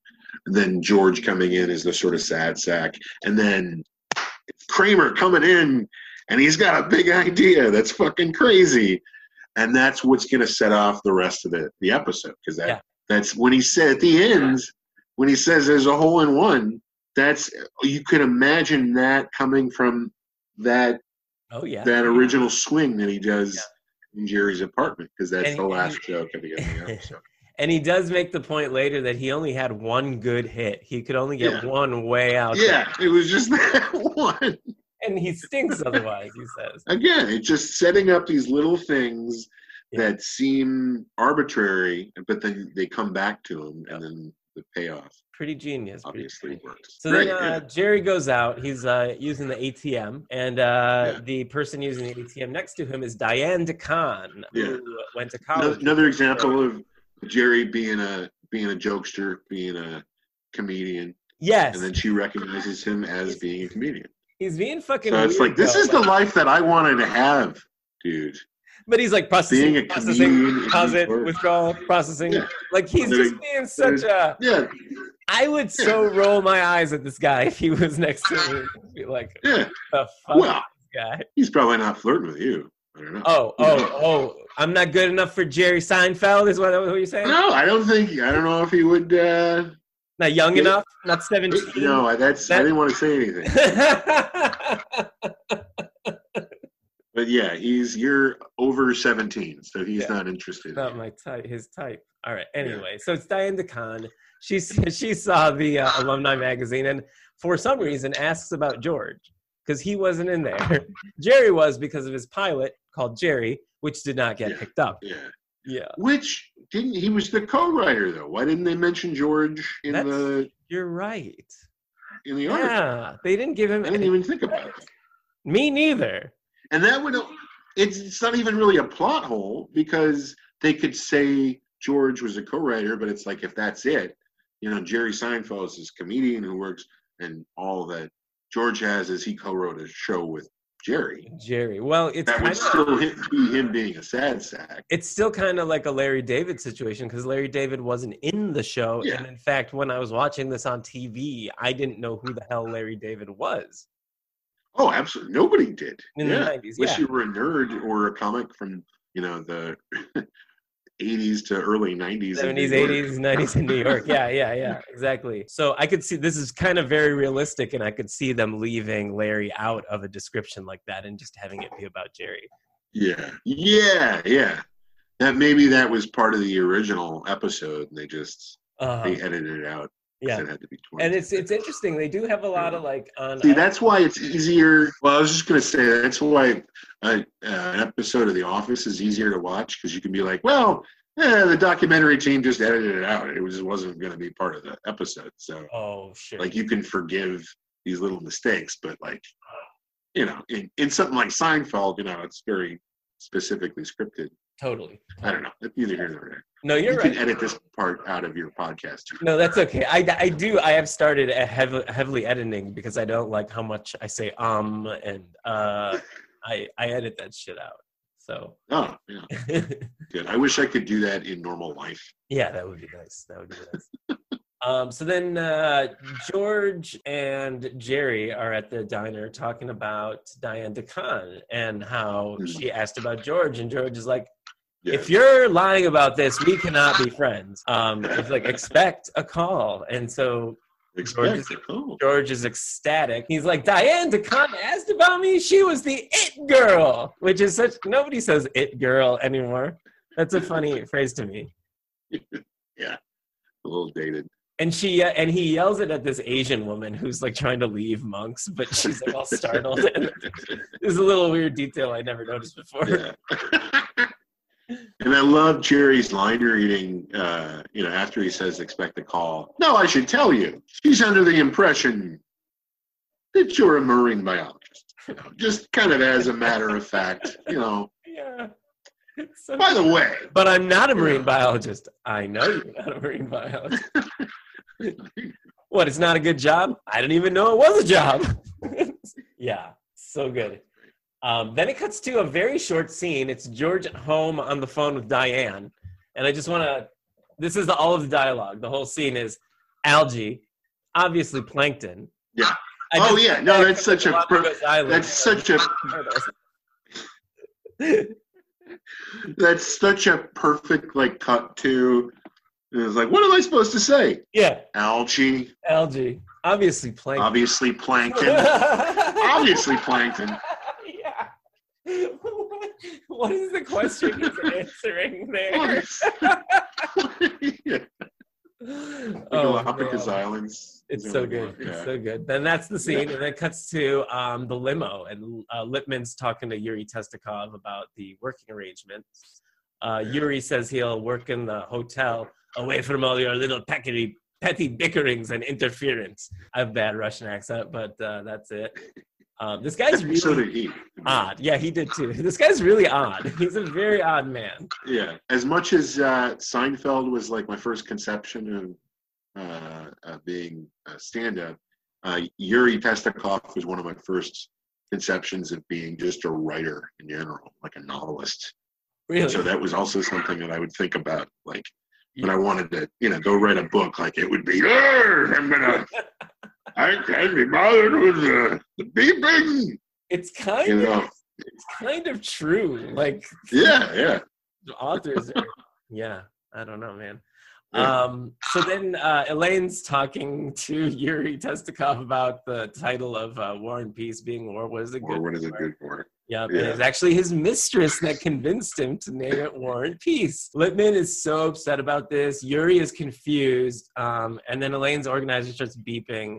[SPEAKER 2] And then George coming in as the sort of sad sack, and then Kramer coming in, and he's got a big idea that's fucking crazy, and that's what's gonna set off the rest of the the episode because that
[SPEAKER 1] Yeah.
[SPEAKER 2] that's when he said at the end when he says there's a hole in one. That's you could imagine that coming from that
[SPEAKER 1] Oh yeah.
[SPEAKER 2] that original swing that he does in Jerry's apartment because that's
[SPEAKER 1] And-
[SPEAKER 2] the
[SPEAKER 1] and-
[SPEAKER 2] last joke at the end of the episode.
[SPEAKER 1] And he does make the point later that he only had one good hit. He could only get
[SPEAKER 2] Yeah.
[SPEAKER 1] one way out. there.
[SPEAKER 2] Yeah, it was just that one.
[SPEAKER 1] And he stinks otherwise, he says.
[SPEAKER 2] Again, it's just setting up these little things
[SPEAKER 1] Yeah.
[SPEAKER 2] that seem arbitrary, but then they come back to him, and then the payoff
[SPEAKER 1] Pretty genius. pretty
[SPEAKER 2] obviously
[SPEAKER 1] genius.
[SPEAKER 2] works.
[SPEAKER 1] So
[SPEAKER 2] Great,
[SPEAKER 1] then uh,
[SPEAKER 2] yeah.
[SPEAKER 1] Jerry goes out. He's uh, using the ATM, and uh,
[SPEAKER 2] Yeah.
[SPEAKER 1] the person using the ATM next to him is Diane DeCon,
[SPEAKER 2] Yeah.
[SPEAKER 1] who went to
[SPEAKER 2] Ano-
[SPEAKER 1] college.
[SPEAKER 2] Another example of Jerry being a being a jokester, being a comedian,
[SPEAKER 1] yes,
[SPEAKER 2] and then she recognizes him as being a comedian.
[SPEAKER 1] he's being fucking.
[SPEAKER 2] So it's like
[SPEAKER 1] weird,
[SPEAKER 2] this
[SPEAKER 1] though,
[SPEAKER 2] is the
[SPEAKER 1] but-
[SPEAKER 2] life that I wanted to have, dude.
[SPEAKER 1] But he's like processing,
[SPEAKER 2] Being a
[SPEAKER 1] processing,
[SPEAKER 2] comedian. is
[SPEAKER 1] deposit
[SPEAKER 2] work.
[SPEAKER 1] withdrawal processing.
[SPEAKER 2] Yeah.
[SPEAKER 1] Like he's
[SPEAKER 2] There's-
[SPEAKER 1] just being such a.
[SPEAKER 2] Yeah,
[SPEAKER 1] I would so roll my eyes at this guy if he was next to me. Be like,
[SPEAKER 2] yeah.
[SPEAKER 1] the fuck,
[SPEAKER 2] Well,
[SPEAKER 1] guy.
[SPEAKER 2] he's probably not flirting with you. I don't know.
[SPEAKER 1] Oh, oh, oh! I'm not good enough for Jerry Seinfeld. Is what, what you're saying?
[SPEAKER 2] No, I don't think. I don't know if he would. Uh,
[SPEAKER 1] Not young
[SPEAKER 2] Yeah.
[SPEAKER 1] enough. Not 17.
[SPEAKER 2] no, I- that's. I
[SPEAKER 1] That-
[SPEAKER 2] didn't want to say anything. But yeah, he's you're over seventeen, so he's
[SPEAKER 1] Yeah.
[SPEAKER 2] not interested.
[SPEAKER 1] Not my type. His type. All right. Anyway, so it's Diane DeCon. She s- she saw the uh, alumni magazine and for some reason asks about George because he wasn't in there. Jerry was because of his pilot called Jerry, which did not get
[SPEAKER 2] Yeah.
[SPEAKER 1] picked up.
[SPEAKER 2] Yeah.
[SPEAKER 1] Yeah,
[SPEAKER 2] Which didn't he was the co-writer though? Why didn't they mention George in
[SPEAKER 1] That's-
[SPEAKER 2] the
[SPEAKER 1] you're right.
[SPEAKER 2] in the article?
[SPEAKER 1] Yeah, they didn't give him.
[SPEAKER 2] I didn't
[SPEAKER 1] Any,
[SPEAKER 2] even think about that.
[SPEAKER 1] me neither.
[SPEAKER 2] And that would it's it's not even really a plot hole because they could say George was a co-writer, but it's like if that's it, you know, Jerry Seinfeld is this comedian who works and all that George has is he co-wrote a show with Jerry.
[SPEAKER 1] Jerry. Well, it's
[SPEAKER 2] That
[SPEAKER 1] kind
[SPEAKER 2] would
[SPEAKER 1] of
[SPEAKER 2] still hit, be him being a sad sack.
[SPEAKER 1] it's still kind of like a Larry David situation because Larry David wasn't in the show.
[SPEAKER 2] Yeah.
[SPEAKER 1] And in fact, when I was watching this on TV, I didn't know who the hell Larry David was
[SPEAKER 2] Oh, absolutely. Nobody did.
[SPEAKER 1] in
[SPEAKER 2] yeah.
[SPEAKER 1] the 90s.
[SPEAKER 2] Wish
[SPEAKER 1] Yeah.
[SPEAKER 2] you were a nerd or a comic from, you know, the 80s to early 90s.
[SPEAKER 1] 70s,
[SPEAKER 2] in New York.
[SPEAKER 1] 80s, 90s in New York. Yeah, yeah, yeah, exactly. So I could see this is kind of very realistic, and I could see them leaving Larry out of a description like that and just having it be about Jerry.
[SPEAKER 2] Yeah, yeah, yeah. That maybe that was part of the original episode, and they just
[SPEAKER 1] Uh,
[SPEAKER 2] they edited it out. 'cause
[SPEAKER 1] yeah.
[SPEAKER 2] it had to be twenty.
[SPEAKER 1] And it's it's interesting. They do have a lot of like on.
[SPEAKER 2] see that's why it's easier. Well, I was just gonna say that's why uh, uh, an episode of The Office is easier to watch because you can be like, well, eh, the documentary team just edited it out. It just wasn't gonna be part of the episode, so
[SPEAKER 1] Oh sure.
[SPEAKER 2] like you can forgive these little mistakes, but like you know, in, in something like Seinfeld, you know, it's very specifically scripted.
[SPEAKER 1] totally.
[SPEAKER 2] I don't know. Neither here nor there.
[SPEAKER 1] No, you're
[SPEAKER 2] you
[SPEAKER 1] right.
[SPEAKER 2] can edit this part out of your podcast.
[SPEAKER 1] No, that's okay. I, I do. I have started a heavy, heavily editing because I don't like how much I say um and uh, I I edit that shit out. So
[SPEAKER 2] Oh, yeah, good. I wish I could do that in normal life.
[SPEAKER 1] yeah, that would be nice. That would be nice. Um, so then uh, George and Jerry are at the diner talking about Diane DeCon and how
[SPEAKER 2] Mhm.
[SPEAKER 1] she asked about George, and George is like,
[SPEAKER 2] Yeah.
[SPEAKER 1] if you're lying about this, we cannot be friends. Um, it's like expect a call, and so
[SPEAKER 2] Expect it. Oh.
[SPEAKER 1] George is ecstatic. He's like, Diane DeCon asked about me. She was the it girl, which is such, nobody says it girl anymore. That's a funny phrase to me.
[SPEAKER 2] A little dated.
[SPEAKER 1] And she, uh, and he yells it at this Asian woman who's like trying to leave monks, but she's like all startled. And there's a little weird detail I never noticed before.
[SPEAKER 2] yeah. and I love Jerry's line reading. Uh, you know, after he says, "Expect a call." No, I should tell you, she's under the impression that you're a marine biologist. You know, just kind of as a matter of fact. You know.
[SPEAKER 1] Yeah. It's so-
[SPEAKER 2] By the way,
[SPEAKER 1] but I'm not a marine
[SPEAKER 2] Yeah.
[SPEAKER 1] biologist. I know you're not a marine biologist. What, it's not a good job? I didn't even know it was a job. yeah, so good. Um, then it cuts to a very short scene. It's George at home on the phone with Diane. And I just want to, this is all of the dialogue. The whole scene is algae, obviously plankton.
[SPEAKER 2] Yeah.
[SPEAKER 1] I
[SPEAKER 2] Oh,
[SPEAKER 1] just-
[SPEAKER 2] yeah. No, that's such a per-
[SPEAKER 1] Galapagos Island.
[SPEAKER 2] that's such a that's such a perfect like cut to. It was like, what am I supposed to say?
[SPEAKER 1] yeah,
[SPEAKER 2] algae,
[SPEAKER 1] algae, obviously plankton.
[SPEAKER 2] obviously plankton, obviously plankton.
[SPEAKER 1] what is the question he's answering there?
[SPEAKER 2] yeah. The Galapagos
[SPEAKER 1] God.
[SPEAKER 2] Islands.
[SPEAKER 1] Oh, It's
[SPEAKER 2] is
[SPEAKER 1] so
[SPEAKER 2] the
[SPEAKER 1] good.
[SPEAKER 2] one,
[SPEAKER 1] It's
[SPEAKER 2] yeah.
[SPEAKER 1] so good. Then that's the scene,
[SPEAKER 2] Yeah.
[SPEAKER 1] and then it cuts to um, the limo, and uh, Lipman's talking to Yuri Testikov about the working arrangements. Uh,
[SPEAKER 2] Yeah.
[SPEAKER 1] Yuri says he'll work in the hotel away from all your little petty, petty bickerings and interference. I have bad Russian accent, but uh, that's it. Um, this guy's really
[SPEAKER 2] so did he.
[SPEAKER 1] odd. Yeah, he did too. This guy's really odd. He's a very odd man.
[SPEAKER 2] Yeah. As much as uh, Seinfeld was like my first conception of uh, uh, being a stand up, uh, Yuri Testikov was one of my first conceptions of being just a writer in general, like a novelist.
[SPEAKER 1] Really.
[SPEAKER 2] So that was also something that I would think about, like when I wanted to, you know, go write a book, like it would be, "Arr, I'm gonna, I can't be bothered with the, the beeping,
[SPEAKER 1] It's kind
[SPEAKER 2] you
[SPEAKER 1] of
[SPEAKER 2] know.
[SPEAKER 1] it's kind of true. Like
[SPEAKER 2] Yeah, yeah.
[SPEAKER 1] the authors are, yeah i don't know man
[SPEAKER 2] Yeah.
[SPEAKER 1] um so then uh elaine's talking to yuri testikov about the title of uh, war and peace being war was a
[SPEAKER 2] Or
[SPEAKER 1] good
[SPEAKER 2] what is it good for?
[SPEAKER 1] yeah
[SPEAKER 2] yeah.
[SPEAKER 1] it's actually his mistress that convinced him to name it war and peace litman is so upset about this yuri is confused um and then elaine's organizer starts beeping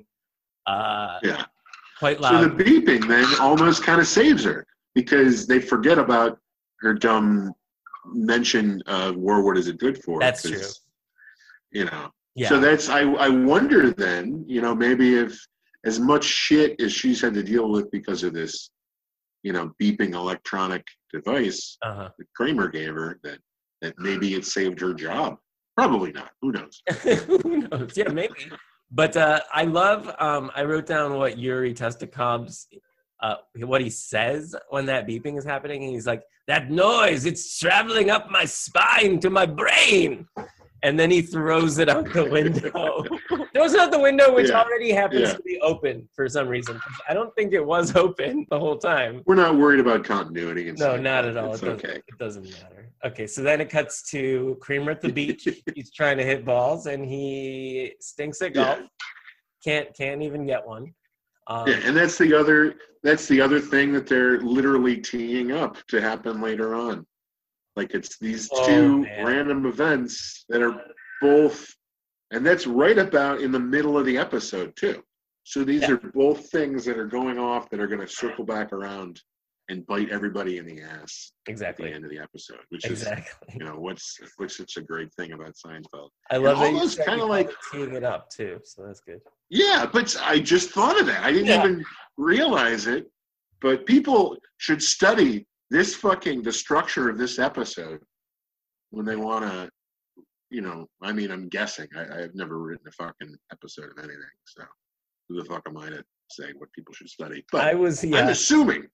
[SPEAKER 1] uh
[SPEAKER 2] Yeah.
[SPEAKER 1] quite
[SPEAKER 2] So
[SPEAKER 1] loud
[SPEAKER 2] the beeping then almost kind of saves her because they forget about her dumb mention of war. What is it good for?
[SPEAKER 1] That's
[SPEAKER 2] 'Cause, You know.
[SPEAKER 1] yeah
[SPEAKER 2] So that's I I wonder then you know maybe if as much shit as she's had to deal with because of this, you know, beeping electronic device
[SPEAKER 1] uh-huh
[SPEAKER 2] that Kramer gave her that that maybe it saved her job. Probably not. Who knows?
[SPEAKER 1] Who knows? Yeah, maybe. But uh, I love. Um, I wrote down what Yuri Testakov's, uh, what he says when that beeping is happening. And he's like, "That noise! It's traveling up my spine to my brain." And then he throws it out the window. throws it out the window, which
[SPEAKER 2] Yeah.
[SPEAKER 1] already happens
[SPEAKER 2] Yeah.
[SPEAKER 1] to be open for some reason. 'Cause I don't think it was open the whole time.
[SPEAKER 2] We're not worried about continuity. And
[SPEAKER 1] No,
[SPEAKER 2] stuff.
[SPEAKER 1] not at all.
[SPEAKER 2] It's
[SPEAKER 1] It doesn't,
[SPEAKER 2] okay.
[SPEAKER 1] it doesn't matter. Okay, so then it cuts to Creamer at the beach. He's trying to hit balls and he stinks at golf. Can't can't even get one. Um,
[SPEAKER 2] Yeah, and that's the other that's the other thing that they're literally teeing up to happen later on. Like it's these
[SPEAKER 1] Oh,
[SPEAKER 2] two
[SPEAKER 1] man.
[SPEAKER 2] random events that are both and that's right about in the middle of the episode too. So these
[SPEAKER 1] Yeah.
[SPEAKER 2] are both things that are going off that are going to circle back around and bite everybody in the ass at the
[SPEAKER 1] exactly.
[SPEAKER 2] end of the episode, which is
[SPEAKER 1] Exactly.
[SPEAKER 2] you know what's what's such a great thing about Seinfeld.
[SPEAKER 1] I love that. you
[SPEAKER 2] almost
[SPEAKER 1] said you
[SPEAKER 2] kinda
[SPEAKER 1] called
[SPEAKER 2] like-
[SPEAKER 1] it teeing it up too. So that's good.
[SPEAKER 2] Yeah, but I just thought of that. I didn't
[SPEAKER 1] Yeah.
[SPEAKER 2] even realize it. But people should study this fucking the structure of this episode when they want to, you know. I mean, I'm guessing. I, I've never written a fucking episode of anything, so who the fuck am I to say what people should study?
[SPEAKER 1] I
[SPEAKER 2] But
[SPEAKER 1] was
[SPEAKER 2] I'm
[SPEAKER 1] yeah.
[SPEAKER 2] assuming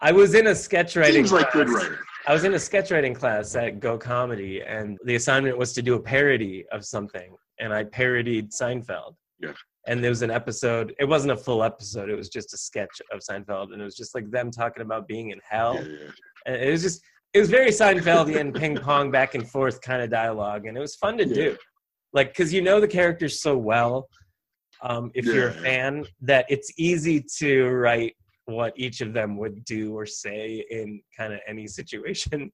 [SPEAKER 1] I was in a sketch writing.
[SPEAKER 2] seems like good
[SPEAKER 1] class.
[SPEAKER 2] writer.
[SPEAKER 1] I was in a sketch writing class at Go Comedy, and the assignment was to do a parody of something, and I parodied Seinfeld.
[SPEAKER 2] Yeah.
[SPEAKER 1] And there was an episode. It wasn't a full episode. It was just a sketch of Seinfeld, and it was just like them talking about being in hell.
[SPEAKER 2] Yeah, yeah.
[SPEAKER 1] And it was just it was very Seinfeldian ping pong back and forth kind of dialogue, and it was fun to
[SPEAKER 2] Yeah.
[SPEAKER 1] do, like because you know the characters so well. Um, if you're a
[SPEAKER 2] Yeah.
[SPEAKER 1] fan, that it's easy to write what each of them would do or say in kind of any situation.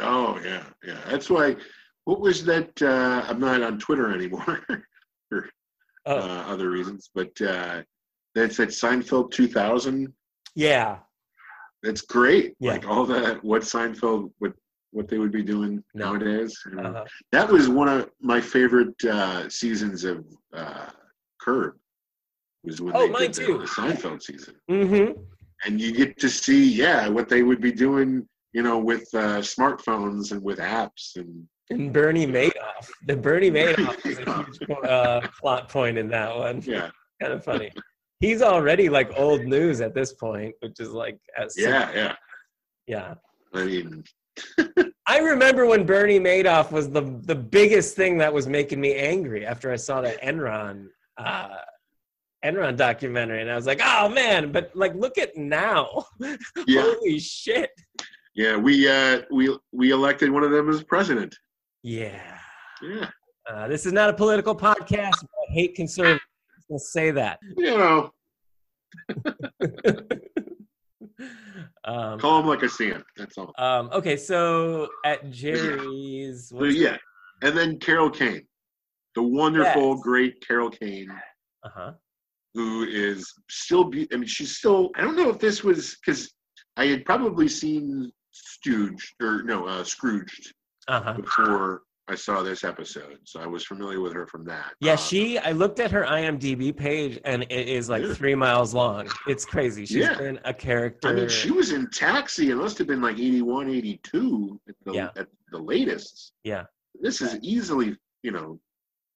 [SPEAKER 2] Oh yeah, yeah. That's why. What was that? Uh, I'm not on Twitter anymore.
[SPEAKER 1] Oh,
[SPEAKER 2] uh, other reasons, but uh, that's that Seinfeld 2000.
[SPEAKER 1] yeah,
[SPEAKER 2] That's great.
[SPEAKER 1] Yeah.
[SPEAKER 2] Like all that, what Seinfeld, what what they would be doing
[SPEAKER 1] No.
[SPEAKER 2] nowadays. you know.
[SPEAKER 1] uh,
[SPEAKER 2] That was one of my favorite uh, seasons of uh, Curb. Was when
[SPEAKER 1] Oh,
[SPEAKER 2] they
[SPEAKER 1] mine
[SPEAKER 2] did the-
[SPEAKER 1] too.
[SPEAKER 2] the Seinfeld season,
[SPEAKER 1] mm-hmm.
[SPEAKER 2] and you get to see, yeah, what they would be doing, you know, with uh, smartphones and with apps and
[SPEAKER 1] And Bernie Madoff, the Bernie Madoff was a huge po- uh, plot point in that one.
[SPEAKER 2] yeah,
[SPEAKER 1] Kind of funny. He's already like old news at this point, which is like at six-
[SPEAKER 2] yeah, yeah.
[SPEAKER 1] yeah.
[SPEAKER 2] I mean,
[SPEAKER 1] I remember when Bernie Madoff was the the biggest thing that was making me angry after I saw that Enron uh, Enron documentary, and I was like, oh man! But like, look at now.
[SPEAKER 2] yeah,
[SPEAKER 1] Holy shit!
[SPEAKER 2] yeah. We uh, we we elected one of them as president.
[SPEAKER 1] Yeah.
[SPEAKER 2] Yeah.
[SPEAKER 1] Uh, this is not a political podcast. But I hate conservatives. Let's say that.
[SPEAKER 2] you know,
[SPEAKER 1] Um,
[SPEAKER 2] Call him like I see him. That's all.
[SPEAKER 1] um, okay, so at Jerry's,
[SPEAKER 2] So yeah, and then Carol Kane, the wonderful,
[SPEAKER 1] Yes.
[SPEAKER 2] great Carol Kane,
[SPEAKER 1] uh huh,
[SPEAKER 2] who is still. Be- I mean, she's still. I don't know if this was because I had probably seen Stooge or no uh, Scrooged
[SPEAKER 1] uh huh.
[SPEAKER 2] before I saw this episode, so I was familiar with her from that.
[SPEAKER 1] Yeah,
[SPEAKER 2] Um,
[SPEAKER 1] she. I looked at her IMDb page, and it is like
[SPEAKER 2] Yeah.
[SPEAKER 1] three miles long. It's crazy. She's
[SPEAKER 2] Yeah.
[SPEAKER 1] been a character.
[SPEAKER 2] I mean, she was in Taxi. It must have been like 81, 82 at the,
[SPEAKER 1] Yeah.
[SPEAKER 2] at the latest.
[SPEAKER 1] Yeah.
[SPEAKER 2] This is easily, you know,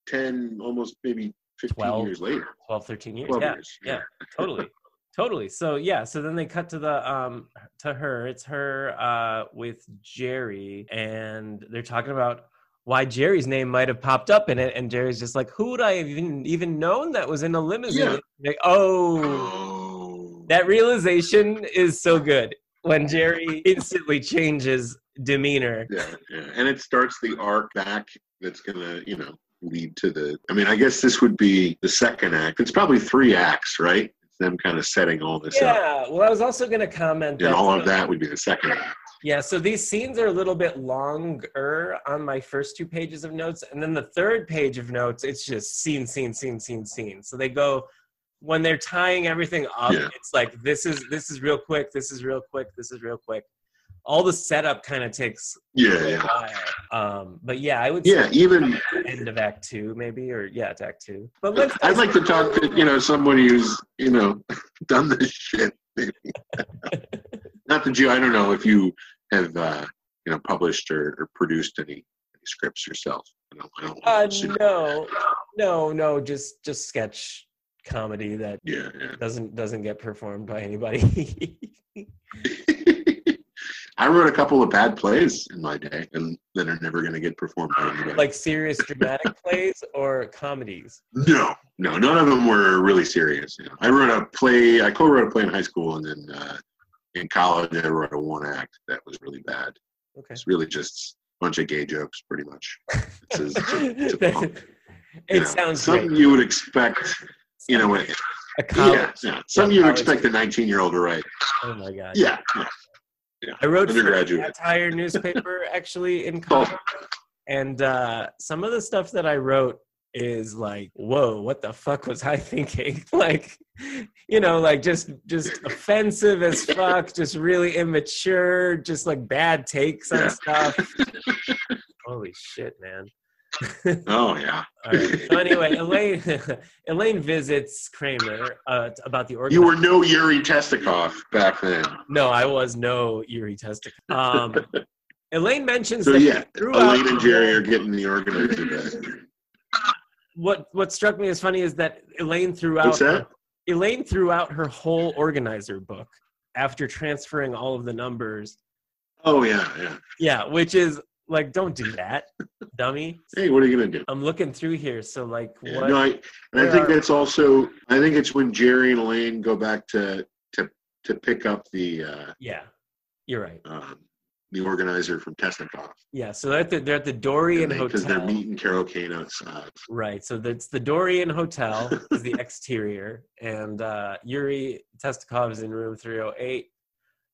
[SPEAKER 2] 10, almost maybe 15
[SPEAKER 1] 12,
[SPEAKER 2] years later.
[SPEAKER 1] 12, 13 years.
[SPEAKER 2] 12
[SPEAKER 1] Yeah,
[SPEAKER 2] years.
[SPEAKER 1] yeah. totally, totally. So yeah. So then they cut to the um to her. It's her uh with Jerry, and they're talking about why Jerry's name might have popped up in it, and Jerry's just like, "Who would I have even even known that was in a limousine?"
[SPEAKER 2] Yeah.
[SPEAKER 1] Like, oh.
[SPEAKER 2] Oh.
[SPEAKER 1] That realization is so good when Jerry instantly changes demeanor.
[SPEAKER 2] yeah, yeah. And it starts the arc back that's going to, you know, lead to the. I mean, I guess this would be the second act. It's probably three acts, right? It's them kind of setting all this up.
[SPEAKER 1] Yeah. Well, I was also going to comment
[SPEAKER 2] And
[SPEAKER 1] that.
[SPEAKER 2] all of that would be the second act.
[SPEAKER 1] Yeah. So these scenes are a little bit longer on my first two pages of notes, and then the third page of notes, it's just scene, scene, scene, scene, scene. So they go when they're tying everything up.
[SPEAKER 2] Yeah.
[SPEAKER 1] It's like this is this is real quick. This is real quick. This is real quick. All the setup kind of takes
[SPEAKER 2] Yeah,
[SPEAKER 1] a
[SPEAKER 2] yeah.
[SPEAKER 1] while. Um, but yeah, I would say
[SPEAKER 2] Yeah, even
[SPEAKER 1] end of Act Two, maybe, or yeah, it's Act Two. But let's.
[SPEAKER 2] I'd like to talk to you know somebody who's you know done this shit. maybe. Not that you. I don't know if you have uh, you know published or, or produced any, any scripts yourself. I don't. I don't
[SPEAKER 1] Uh,
[SPEAKER 2] assume.
[SPEAKER 1] no, no, no. Just just sketch comedy that
[SPEAKER 2] Yeah. yeah.
[SPEAKER 1] doesn't doesn't get performed by anybody.
[SPEAKER 2] I wrote a couple of bad plays in my day, and that are never going to get performed by anybody.
[SPEAKER 1] like serious dramatic plays or comedies.
[SPEAKER 2] no, no, none of them were really serious. You know. I wrote a play. I co-wrote a play in high school, and then uh, in college, I wrote a one act that was really bad.
[SPEAKER 1] Okay.
[SPEAKER 2] It's really just a bunch of gay jokes, pretty much. It's a- it's a- it's a
[SPEAKER 1] it
[SPEAKER 2] punk, you know,
[SPEAKER 1] sounds
[SPEAKER 2] something
[SPEAKER 1] great.
[SPEAKER 2] you would expect, you know, when,
[SPEAKER 1] A comedy.
[SPEAKER 2] yeah, yeah, something you would
[SPEAKER 1] college.
[SPEAKER 2] expect a 19 year old to write.
[SPEAKER 1] Oh my god.
[SPEAKER 2] Yeah, yeah.
[SPEAKER 1] I wrote for a
[SPEAKER 2] Undergraduate.
[SPEAKER 1] satire newspaper actually in college.
[SPEAKER 2] Oh,
[SPEAKER 1] And uh, some of the stuff that I wrote is like, whoa, what the fuck was I thinking? like, you know, like just just offensive as fuck, just really immature, just like bad takes on
[SPEAKER 2] Yeah.
[SPEAKER 1] stuff. Holy shit, man.
[SPEAKER 2] oh, yeah.
[SPEAKER 1] All right. So anyway, Elaine Elaine visits Kramer uh, t- about the organ.
[SPEAKER 2] You were no Yuri Testikov back then.
[SPEAKER 1] no, I was no Yuri Testicle. Um, Elaine mentions
[SPEAKER 2] So,
[SPEAKER 1] that
[SPEAKER 2] yeah,
[SPEAKER 1] throughout
[SPEAKER 2] Elaine and Jerry are getting the organizer back.
[SPEAKER 1] what what struck me as funny is that Elaine threw out
[SPEAKER 2] What's that?
[SPEAKER 1] Elaine threw out her whole organizer book after transferring all of the numbers.
[SPEAKER 2] Oh, yeah, yeah.
[SPEAKER 1] Yeah, which is like, don't do that, dummy.
[SPEAKER 2] Hey, what are you going to do?
[SPEAKER 1] I'm looking through here, so like,
[SPEAKER 2] Yeah,
[SPEAKER 1] what?
[SPEAKER 2] No, I, and
[SPEAKER 1] Where
[SPEAKER 2] I think
[SPEAKER 1] are-
[SPEAKER 2] that's also, I think it's when Jerry and Elaine go back to, to, to pick up the, uh,
[SPEAKER 1] yeah, you're right.
[SPEAKER 2] um, the organizer from Testikov.
[SPEAKER 1] Yeah, so they're at the, they're at the Dorian
[SPEAKER 2] Because
[SPEAKER 1] Hotel.
[SPEAKER 2] they're meeting Carol Kane outside.
[SPEAKER 1] Right. So that's the Dorian Hotel is the exterior, and uh, Yuri Testikov is in room 308.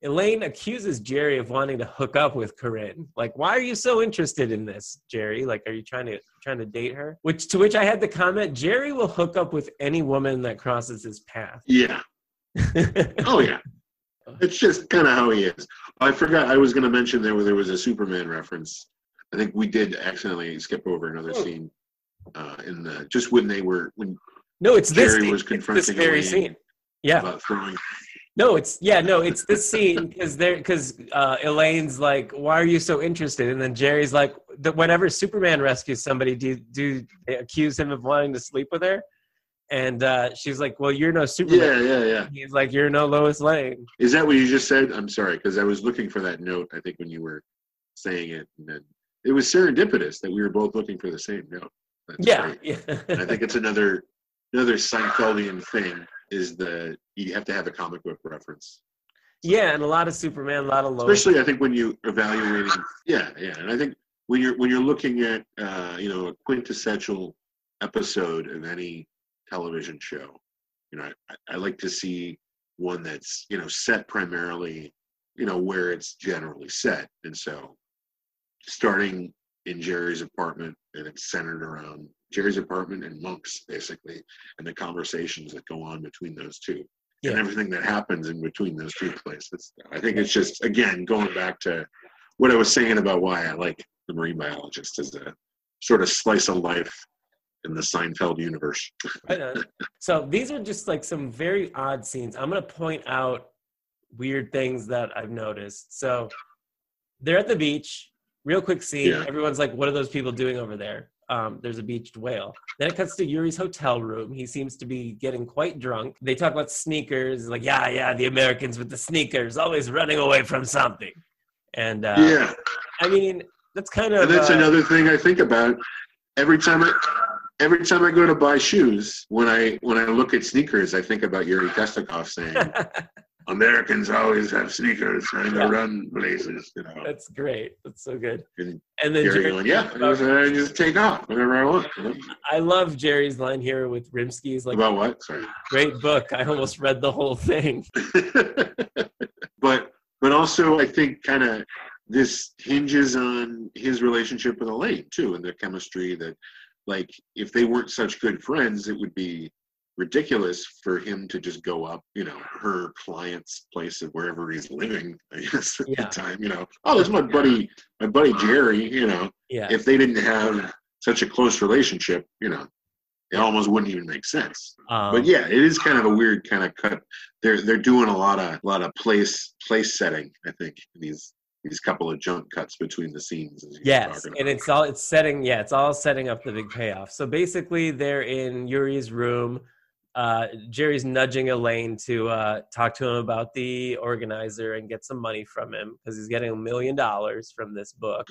[SPEAKER 1] Elaine accuses Jerry of wanting to hook up with Corinne. Like, why are you so interested in this, Jerry? Like, are you trying to trying to date her? Which to which I had the comment, Jerry will hook up with any woman that crosses his path.
[SPEAKER 2] Yeah. Oh yeah. It's just kind of how he is. Oh, I forgot I was going to mention there where there was a Superman reference. I think we did accidentally skip over another
[SPEAKER 1] Oh.
[SPEAKER 2] scene uh, in the just when they were when
[SPEAKER 1] no, it's this
[SPEAKER 2] Jerry
[SPEAKER 1] scene.
[SPEAKER 2] was
[SPEAKER 1] It's this
[SPEAKER 2] confronting
[SPEAKER 1] very
[SPEAKER 2] Elaine
[SPEAKER 1] scene. Yeah.
[SPEAKER 2] about throwing.
[SPEAKER 1] No, it's yeah, no, it's this scene because there because uh, Elaine's like, "Why are you so interested?" And then Jerry's like, that "Whenever Superman rescues somebody, do do they accuse him of wanting to sleep with her?" And uh, she's like, "Well, you're no Superman."
[SPEAKER 2] Yeah, yeah, yeah.
[SPEAKER 1] He's like, "You're no Lois Lane."
[SPEAKER 2] Is that what you just said? I'm sorry because I was looking for that note. I think when you were saying it, and then it was serendipitous that we were both looking for the same note. That's
[SPEAKER 1] Yeah,
[SPEAKER 2] great.
[SPEAKER 1] yeah.
[SPEAKER 2] And I think it's another another Seinfeldian thing is the you have to have a comic book reference.
[SPEAKER 1] yeah, and a lot of Superman, a lot of Lois.
[SPEAKER 2] especially I think when you evaluating, yeah, yeah, and I think when you're when you're looking at uh, you know a quintessential episode of any television show, you know I, I like to see one that's you know set primarily you know where it's generally set and so starting in jerry's apartment and it's centered around jerry's apartment and monks basically and the conversations that go on between those two and
[SPEAKER 1] Yeah.
[SPEAKER 2] everything that happens in between those two places i think it's just again going back to what i was saying about why i like the marine biologist as a sort of slice of life in the seinfeld universe
[SPEAKER 1] Right on. so these are just like some very odd scenes. I'm gonna point out weird things that I've noticed. So they're at the beach. Real quick scene.
[SPEAKER 2] Yeah.
[SPEAKER 1] Everyone's like, "What are those people doing over there?" Um, there's a beached whale. Then it cuts to Yuri's hotel room. He seems to be getting quite drunk. They talk about sneakers. Like, yeah, yeah, the Americans with the sneakers, always running away from something. And uh,
[SPEAKER 2] yeah
[SPEAKER 1] I mean, that's kind of
[SPEAKER 2] And that's
[SPEAKER 1] uh,
[SPEAKER 2] another thing I think about every time I every time I go to buy shoes. When I when I look at sneakers, I think about Yuri Testikov saying, "Americans always have sneakers trying
[SPEAKER 1] Yeah.
[SPEAKER 2] to run places." You know,
[SPEAKER 1] that's great. That's so good.
[SPEAKER 2] And
[SPEAKER 1] And then
[SPEAKER 2] Yuri
[SPEAKER 1] Jared
[SPEAKER 2] going,
[SPEAKER 1] talks
[SPEAKER 2] "Yeah,
[SPEAKER 1] about-
[SPEAKER 2] I just take off whenever I want." you know?
[SPEAKER 1] I love Jerry's line here with Rimsky's like
[SPEAKER 2] about what? Sorry.
[SPEAKER 1] great book. I almost read the whole thing.
[SPEAKER 2] but but also I think kind of this hinges on his relationship with Elaine too, and their chemistry. That like if they weren't such good friends, it would be ridiculous for him to just go up, you know, her client's place of wherever he's living. I guess at
[SPEAKER 1] Yeah.
[SPEAKER 2] the time, you know, oh, there's my buddy, my buddy Jerry. You know,
[SPEAKER 1] Yeah.
[SPEAKER 2] if they didn't have such a close relationship, you know, it almost wouldn't even make sense
[SPEAKER 1] Um,
[SPEAKER 2] but yeah, it is kind of a weird kind of cut. They're they're doing a lot of lot of place place setting. I think these these couple of jump cuts between the scenes. As you were
[SPEAKER 1] Yes,
[SPEAKER 2] talking
[SPEAKER 1] and
[SPEAKER 2] about.
[SPEAKER 1] it's all it's setting. Yeah, it's all setting up the big payoff. So basically, they're in Yuri's room. Uh, Jerry's nudging Elaine to uh, talk to him about the organizer and get some money from him because he's getting a million dollars from this book.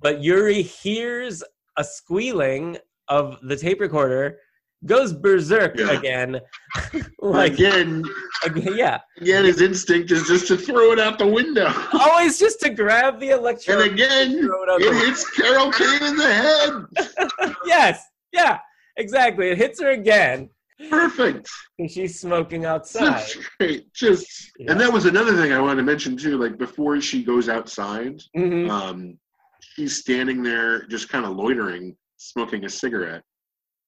[SPEAKER 1] but Yuri hears a squealing of the tape recorder, goes berserk
[SPEAKER 2] Yeah.
[SPEAKER 1] again.
[SPEAKER 2] But
[SPEAKER 1] like,
[SPEAKER 2] again,
[SPEAKER 1] again, yeah,
[SPEAKER 2] again, his instinct is just to throw it out the window.
[SPEAKER 1] always Oh, just to grab the
[SPEAKER 2] and
[SPEAKER 1] electronic.
[SPEAKER 2] again,
[SPEAKER 1] throw it out
[SPEAKER 2] it
[SPEAKER 1] the-
[SPEAKER 2] hits Carol Kane in the head.
[SPEAKER 1] yes, yeah, exactly. It hits her again.
[SPEAKER 2] Perfect.
[SPEAKER 1] and she's smoking outside.
[SPEAKER 2] Such great. Just
[SPEAKER 1] Yeah.
[SPEAKER 2] and that was another thing I wanted to mention too. Like before she goes outside,
[SPEAKER 1] Mhm.
[SPEAKER 2] um, he's standing there just kind of loitering, smoking a cigarette.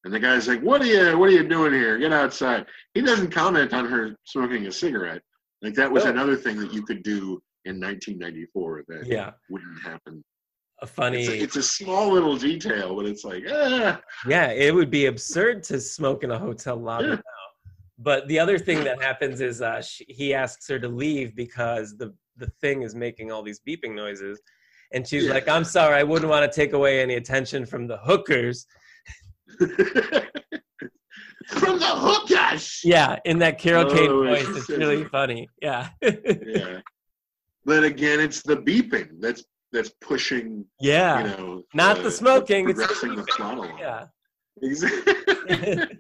[SPEAKER 2] And the guy's like, "What are you? What are you doing here? Get outside!" He doesn't comment on her smoking a cigarette. Like that was
[SPEAKER 1] No.
[SPEAKER 2] another thing that you could do in 1994 that
[SPEAKER 1] Yeah,
[SPEAKER 2] wouldn't happen.
[SPEAKER 1] a funny.
[SPEAKER 2] It's a, it's a small little detail, but it's like, ah,
[SPEAKER 1] yeah, it would be absurd to smoke in a hotel lobby
[SPEAKER 2] Yeah.
[SPEAKER 1] now. But the other thing that happens is uh, she, he asks her to leave because the the thing is making all these beeping noises, and she's
[SPEAKER 2] Yeah.
[SPEAKER 1] like, "I'm sorry, I wouldn't want to take away any attention from the hookers."
[SPEAKER 2] from the hookers.
[SPEAKER 1] Yeah, in that Carol
[SPEAKER 2] Oh,
[SPEAKER 1] Kane
[SPEAKER 2] it's
[SPEAKER 1] voice,
[SPEAKER 2] just
[SPEAKER 1] it's
[SPEAKER 2] so
[SPEAKER 1] really
[SPEAKER 2] good.
[SPEAKER 1] funny. Yeah,
[SPEAKER 2] yeah. But again, it's the beeping that's that's pushing.
[SPEAKER 1] yeah,
[SPEAKER 2] You know,
[SPEAKER 1] Ah.
[SPEAKER 2] uh,
[SPEAKER 1] Not the smoking, it's the
[SPEAKER 2] Progressing the
[SPEAKER 1] beeping.
[SPEAKER 2] plot along.
[SPEAKER 1] yeah.
[SPEAKER 2] Exactly.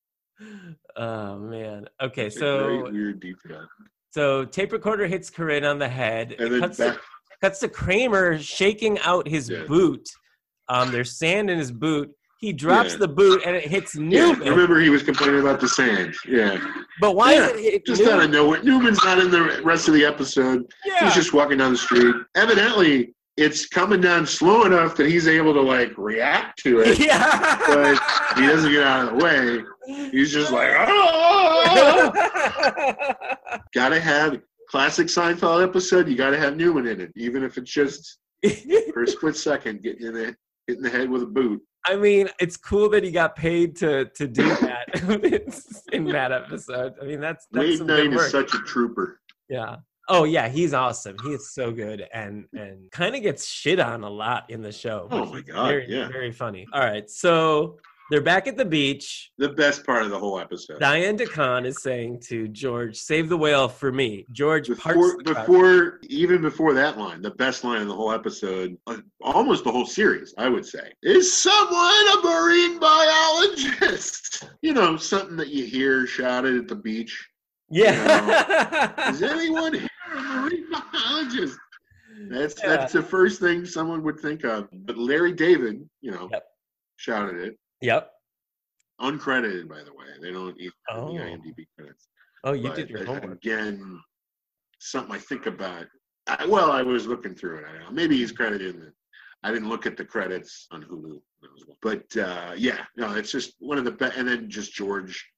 [SPEAKER 1] oh man. Okay,
[SPEAKER 2] It's a very
[SPEAKER 1] so
[SPEAKER 2] weird detail.
[SPEAKER 1] so tape recorder hits Corinne on the head. It
[SPEAKER 2] And then
[SPEAKER 1] cuts to
[SPEAKER 2] back,
[SPEAKER 1] cuts to Kramer shaking out his
[SPEAKER 2] Yeah.
[SPEAKER 1] boot. Um, there's sand in his boot. He drops
[SPEAKER 2] Yeah.
[SPEAKER 1] the boot and it hits
[SPEAKER 2] yeah,
[SPEAKER 1] Newman.
[SPEAKER 2] remember he was complaining about the sand. Yeah,
[SPEAKER 1] but why
[SPEAKER 2] Yeah,
[SPEAKER 1] is it hit
[SPEAKER 2] just out
[SPEAKER 1] Newman?
[SPEAKER 2] of nowhere. Newman's not in the rest of the episode.
[SPEAKER 1] Yeah.
[SPEAKER 2] He's just walking down the street. Evidently, it's coming down slow enough that he's able to like react to it.
[SPEAKER 1] yeah.
[SPEAKER 2] He doesn't get out of the way. He's just like, oh, gotta have classic Seinfeld episode. You gotta have Newman in it, even if it's just for a split second getting in it, hitting the head with a boot.
[SPEAKER 1] I mean, it's cool that he got paid to to do that It's in that episode. I mean, that's that's
[SPEAKER 2] Wade
[SPEAKER 1] some
[SPEAKER 2] Knight
[SPEAKER 1] good
[SPEAKER 2] is
[SPEAKER 1] work.
[SPEAKER 2] such a trooper.
[SPEAKER 1] yeah. Oh yeah, he's awesome. He is so good and and kind of gets shit on a lot in the show.
[SPEAKER 2] Oh
[SPEAKER 1] which
[SPEAKER 2] my
[SPEAKER 1] is
[SPEAKER 2] God,
[SPEAKER 1] Very,
[SPEAKER 2] yeah.
[SPEAKER 1] very funny. All right, so they're back at the beach.
[SPEAKER 2] The best part of the whole episode.
[SPEAKER 1] Diane DeCon is saying to George, "Save the whale for me." George parts
[SPEAKER 2] Before,
[SPEAKER 1] the car.
[SPEAKER 2] before, even before that line, the best line in the whole episode, uh, almost the whole series, I would say, is someone a marine biologist? You know, something that you hear shouted at the beach.
[SPEAKER 1] yeah,
[SPEAKER 2] Is anyone here a marine biologist? That's
[SPEAKER 1] Yeah.
[SPEAKER 2] that's the first thing someone would think of. But Larry David, you know,
[SPEAKER 1] Yep.
[SPEAKER 2] shouted it.
[SPEAKER 1] yep.
[SPEAKER 2] Uncredited, by the way. They don't even have
[SPEAKER 1] Oh.
[SPEAKER 2] the IMDb credits.
[SPEAKER 1] Oh, you
[SPEAKER 2] But
[SPEAKER 1] did your
[SPEAKER 2] a-
[SPEAKER 1] homework.
[SPEAKER 2] Again, something I think about. I, well, I was looking through it. I don't know. Maybe he's credited in the, I didn't look at the credits on Hulu. But uh, yeah, no, it's just one of the best. And then just George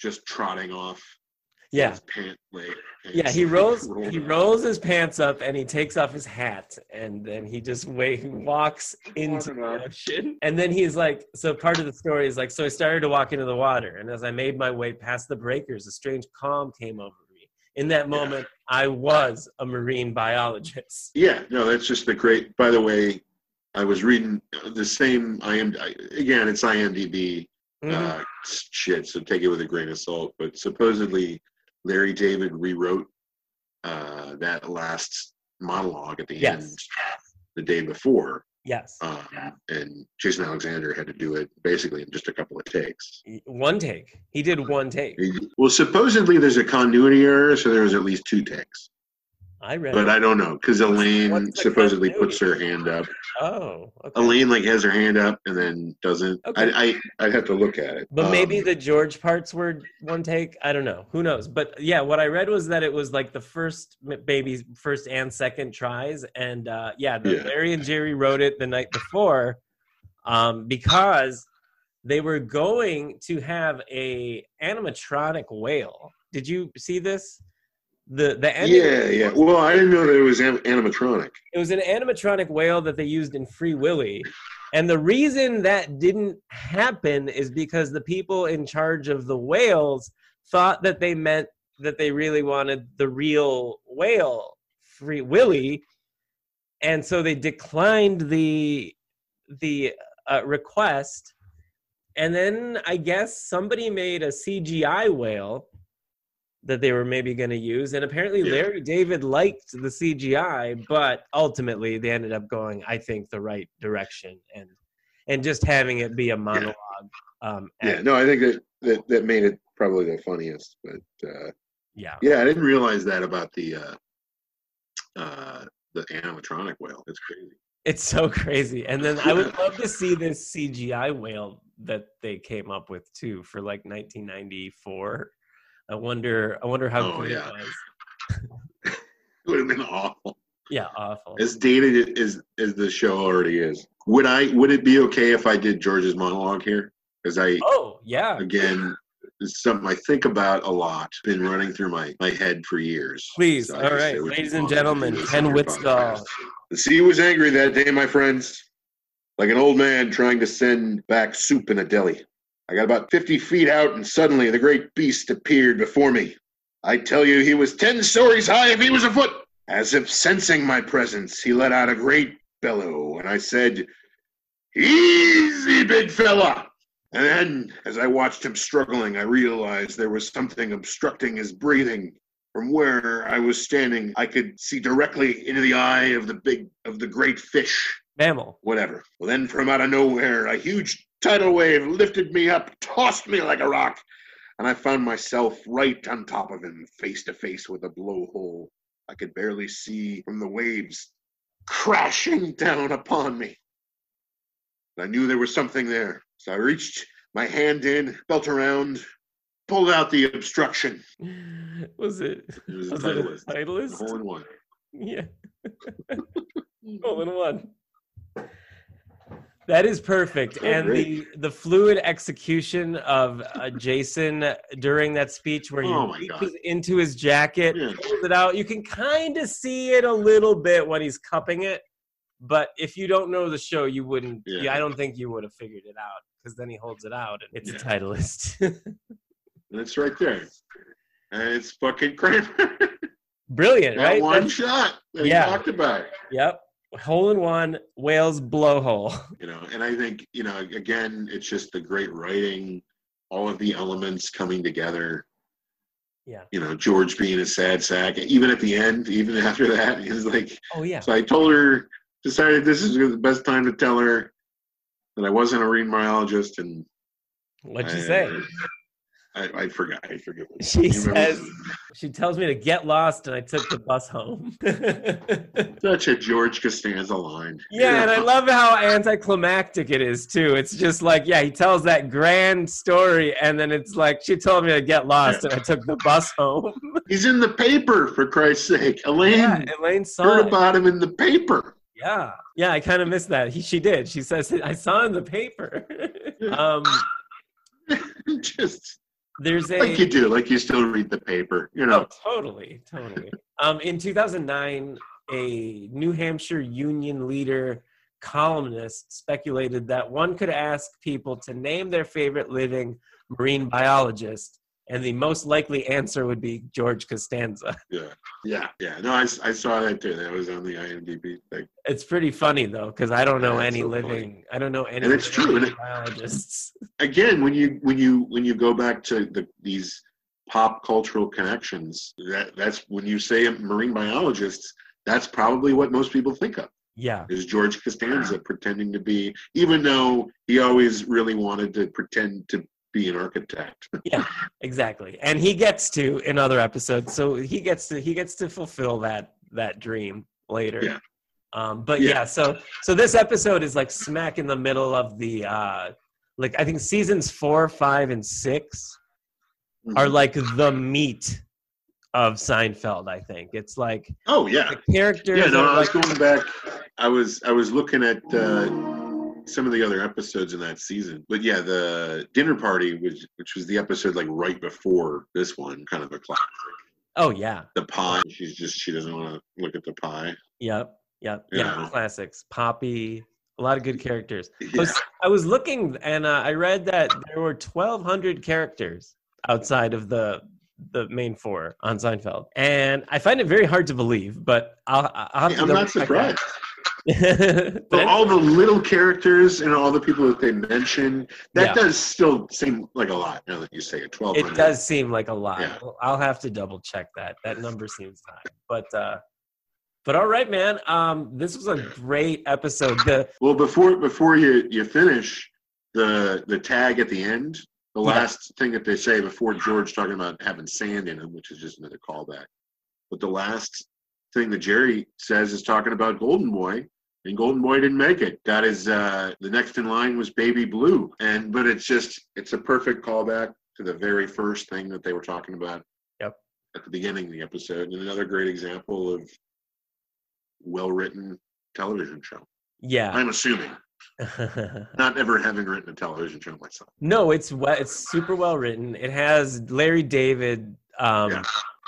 [SPEAKER 2] just trotting off.
[SPEAKER 1] Yeah.
[SPEAKER 2] His pant leg. and
[SPEAKER 1] Yeah,
[SPEAKER 2] just
[SPEAKER 1] he
[SPEAKER 2] like
[SPEAKER 1] rolls
[SPEAKER 2] rolling
[SPEAKER 1] he
[SPEAKER 2] around.
[SPEAKER 1] rolls his pants up and he takes off his hat and then he just wait, he walks into
[SPEAKER 2] Walking up.
[SPEAKER 1] the ocean. And then he's like so part of the story is like so I started to walk into the water and as I made my way past the breakers a strange calm came over me. In that moment I was a marine biologist.
[SPEAKER 2] Yeah, no, that's just the great. By the way, I was reading uh, the same. I am again. It's IMDb
[SPEAKER 1] Mhm.
[SPEAKER 2] uh, shit, so take it with a grain of salt. But supposedly, Larry David rewrote uh, that last monologue at the
[SPEAKER 1] Yes.
[SPEAKER 2] end the day before,
[SPEAKER 1] yes.
[SPEAKER 2] um, and Jason Alexander had to do it basically in just a couple of takes.
[SPEAKER 1] One take. He did one take.
[SPEAKER 2] Well, supposedly there's a continuity error, so there was at least two takes,
[SPEAKER 1] I read
[SPEAKER 2] but
[SPEAKER 1] it.
[SPEAKER 2] I don't know because Elaine
[SPEAKER 1] what's the
[SPEAKER 2] supposedly
[SPEAKER 1] continuity?
[SPEAKER 2] puts her hand up.
[SPEAKER 1] Oh. Okay.
[SPEAKER 2] Elaine like has her hand up and then doesn't.
[SPEAKER 1] Okay.
[SPEAKER 2] I, I I'd have to look at it.
[SPEAKER 1] But maybe
[SPEAKER 2] Um,
[SPEAKER 1] the George parts were one take. I don't know. Who knows? But yeah, what I read was that it was like the first, m- maybe first and second tries. And uh, yeah, the,
[SPEAKER 2] Yeah.
[SPEAKER 1] Larry and Jerry wrote it the night before um, because they were going to have a animatronic whale. Did you see this? The the ending,
[SPEAKER 2] yeah, yeah. Well, I didn't know that it was an- animatronic.
[SPEAKER 1] it was an animatronic whale that they used in Free Willy. And the reason that didn't happen is because the people in charge of the whales thought that they meant that they really wanted the real whale, Free Willy. And so they declined the the uh, request. And then I guess somebody made a CGI whale that they were maybe going to use. And apparently
[SPEAKER 2] Yeah.
[SPEAKER 1] Larry David liked the CGI, but ultimately they ended up going, I think, the right direction and and just having it be a monologue. Um,
[SPEAKER 2] Yeah.
[SPEAKER 1] and-
[SPEAKER 2] No, I think that that, that made it probably the funniest. But uh,
[SPEAKER 1] yeah.
[SPEAKER 2] yeah, I didn't realize that about the uh, uh, the animatronic whale. That's crazy.
[SPEAKER 1] It's so crazy. And then I would love to see this CGI whale that they came up with too for like 1994. I wonder. I wonder how
[SPEAKER 2] Oh,
[SPEAKER 1] good
[SPEAKER 2] yeah.
[SPEAKER 1] it was.
[SPEAKER 2] It would have been awful.
[SPEAKER 1] Yeah, awful.
[SPEAKER 2] As dated as as the show already is, would I? Would it be okay if I did George's monologue here? Because I
[SPEAKER 1] oh yeah.
[SPEAKER 2] again. It's something I think about a lot. Been running through my, my head for years.
[SPEAKER 1] Please,
[SPEAKER 2] I
[SPEAKER 1] all
[SPEAKER 2] just
[SPEAKER 1] right,
[SPEAKER 2] said, would you
[SPEAKER 1] ladies and
[SPEAKER 2] want to do
[SPEAKER 1] gentlemen,
[SPEAKER 2] this
[SPEAKER 1] Ken
[SPEAKER 2] on your
[SPEAKER 1] Whitstall.
[SPEAKER 2] podcast? The sea was angry that day, my friends, like an old man trying to send back soup in a deli. I got about 50 feet out, and suddenly the great beast appeared before me. I tell you, he was 10 stories high if he was a foot. As if sensing my presence, he let out a great bellow, and I said, Easy, big fella! And then, as I watched him struggling, I realized there was something obstructing his breathing. From where I was standing, I could see directly into the eye of the big, of the great fish
[SPEAKER 1] Mammal.
[SPEAKER 2] whatever. Well, then from out of nowhere, a huge tidal wave lifted me up, tossed me like a rock, and I found myself right on top of him, face to face with a blowhole I could barely see from the waves crashing down upon me. But I knew there was something there, so I reached my hand in, felt around, pulled out the obstruction.
[SPEAKER 1] Was it?
[SPEAKER 2] It was a
[SPEAKER 1] Was it a
[SPEAKER 2] tidal wave.
[SPEAKER 1] Titleist?
[SPEAKER 2] Hole in one.
[SPEAKER 1] Yeah.
[SPEAKER 2] Mm-hmm.
[SPEAKER 1] All in one. That is perfect.
[SPEAKER 2] So
[SPEAKER 1] and the, the fluid execution of uh, Jason during that speech where he
[SPEAKER 2] Oh my
[SPEAKER 1] reaches into his jacket,
[SPEAKER 2] Yeah.
[SPEAKER 1] pulls it out. You can kind of see it a little bit when he's cupping it. But if you don't know the show, you wouldn't.
[SPEAKER 2] Yeah.
[SPEAKER 1] Yeah, I don't think you would have figured it out because then he holds it out and it's
[SPEAKER 2] Yeah.
[SPEAKER 1] a Titleist.
[SPEAKER 2] And it's right there. And it's fucking Kramer.
[SPEAKER 1] Brilliant,
[SPEAKER 2] That
[SPEAKER 1] right?
[SPEAKER 2] one
[SPEAKER 1] That's-
[SPEAKER 2] shot that
[SPEAKER 1] Yeah.
[SPEAKER 2] we talked about,
[SPEAKER 1] Yep. Hole in one, whales blowhole.
[SPEAKER 2] you know, and I think, you know, again, it's just the great writing, all of the elements coming together.
[SPEAKER 1] Yeah.
[SPEAKER 2] You know, George being a sad sack, even at the end, even after that, he's like,
[SPEAKER 1] Oh yeah.
[SPEAKER 2] so I told her, decided this is the best time to tell her that I wasn't a marine biologist. And
[SPEAKER 1] What'd
[SPEAKER 2] I-
[SPEAKER 1] you say?
[SPEAKER 2] I, I forgot. I forget. What
[SPEAKER 1] She
[SPEAKER 2] you remember-
[SPEAKER 1] says she tells me to get lost, and I took the bus home.
[SPEAKER 2] such a George Costanza line.
[SPEAKER 1] Yeah, and I love how anticlimactic it is too. It's just like, yeah, he tells that grand story, and then it's like she told me to get lost, and I took the bus home.
[SPEAKER 2] He's in the paper for Christ's sake. Elaine
[SPEAKER 1] yeah, Elaine saw
[SPEAKER 2] heard
[SPEAKER 1] it.
[SPEAKER 2] about him in the paper.
[SPEAKER 1] Yeah, yeah, I kind of missed that. He, she did. She says I saw in the paper. um,
[SPEAKER 2] Just
[SPEAKER 1] there's a
[SPEAKER 2] like you do, like you still read the paper, you know.
[SPEAKER 1] Oh, totally, totally. um, in 2009, a New Hampshire union leader columnist speculated that one could ask people to name their favorite living marine biologist, and the most likely answer would be George Costanza.
[SPEAKER 2] Yeah, yeah, yeah. No, I, s- I saw that too. That was on the IMDb thing.
[SPEAKER 1] It's pretty funny though, because I don't know
[SPEAKER 2] Yeah, it's
[SPEAKER 1] any
[SPEAKER 2] so funny.
[SPEAKER 1] living. I don't know any
[SPEAKER 2] And it's true,
[SPEAKER 1] living
[SPEAKER 2] isn't it?
[SPEAKER 1] biologists.
[SPEAKER 2] Again, when you when you when you go back to the, these pop cultural connections, that that's when you say marine biologists. That's probably what most people think of
[SPEAKER 1] Yeah,
[SPEAKER 2] is George Costanza pretending to be, even though he always really wanted to pretend to be an architect.
[SPEAKER 1] exactly. And he gets to in other episodes, so he gets to he gets to fulfill that that dream later.
[SPEAKER 2] Yeah.
[SPEAKER 1] Um, but yeah.
[SPEAKER 2] Yeah.
[SPEAKER 1] so so this episode is like smack in the middle of the uh, like I think seasons four, five, and six are like the meat of Seinfeld. I think it's like
[SPEAKER 2] oh yeah,
[SPEAKER 1] the characters.
[SPEAKER 2] Yeah, no,
[SPEAKER 1] are
[SPEAKER 2] I was
[SPEAKER 1] like,
[SPEAKER 2] going back. I was I was looking at uh, some of the other episodes in that season, but yeah, the dinner party, which which was the episode like right before this one, kind of a classic.
[SPEAKER 1] oh yeah,
[SPEAKER 2] The pie. She's just she doesn't want to look at the pie.
[SPEAKER 1] yep, yep, yeah,
[SPEAKER 2] Yeah.
[SPEAKER 1] classics. Poppy, a lot of good characters. I
[SPEAKER 2] Yeah.
[SPEAKER 1] was, I was looking and uh, I read that there were 1,200 characters outside of the the main four on Seinfeld, and I find it very hard to believe. But I'll, I'll have to.
[SPEAKER 2] I'm
[SPEAKER 1] double
[SPEAKER 2] not
[SPEAKER 1] check
[SPEAKER 2] surprised.
[SPEAKER 1] that.
[SPEAKER 2] But all the little characters and all the people that they mention, that does still seem like a lot. Now that you say it, twelve hundred.
[SPEAKER 1] it does seem like a lot.
[SPEAKER 2] Yeah.
[SPEAKER 1] I'll have to double check that. That number seems high, but uh, but all right, man. Um, this was a great episode. The
[SPEAKER 2] Well, before before you you finish the the tag at the end, the
[SPEAKER 1] Yeah.
[SPEAKER 2] last thing that they say before George talking about having sand in him, which is just another callback. But the last thing that Jerry says is talking about Golden Boy, and Golden Boy didn't make it. Got his uh, the next in line was Baby Blue, and but it's just it's a perfect callback to the very first thing that they were talking about.
[SPEAKER 1] Yep.
[SPEAKER 2] At the beginning of the episode, and another great example of well-written television show.
[SPEAKER 1] yeah.
[SPEAKER 2] I'm assuming not ever having written a television show myself.
[SPEAKER 1] No, it's we- it's super well written. It has Larry David um,
[SPEAKER 2] Yeah.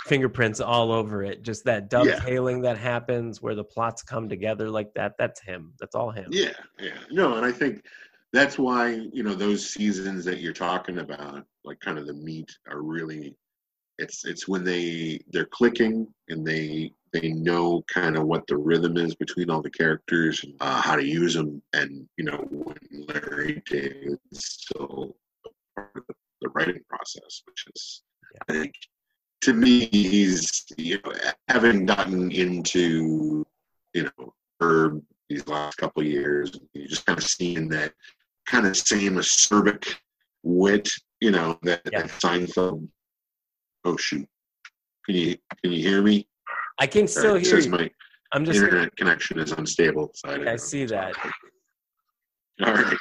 [SPEAKER 1] fingerprints all over it. Just that
[SPEAKER 2] Yeah.
[SPEAKER 1] dovetailing that happens where the plots come together like that. That's him. That's all him.
[SPEAKER 2] Yeah, yeah. No, and I think that's why, you know, those seasons that you're talking about, like kind of the meat are really it's it's when they they're clicking and they they know kind of what the rhythm is between all the characters and uh, how to use them and you know when Larry David's still part of the writing process, which is I think to me he's you know having gotten into you know herb these last couple of years. You just kind of seeing that kind of same acerbic wit, you know, that,
[SPEAKER 1] Yeah.
[SPEAKER 2] that Seinfeld. Oh shoot! Can you can you hear me?
[SPEAKER 1] I can still
[SPEAKER 2] Sorry, it
[SPEAKER 1] hear
[SPEAKER 2] says
[SPEAKER 1] you.
[SPEAKER 2] my
[SPEAKER 1] I'm just
[SPEAKER 2] internet connection is unstable. So I, don't
[SPEAKER 1] I
[SPEAKER 2] know.
[SPEAKER 1] see that.
[SPEAKER 2] All right,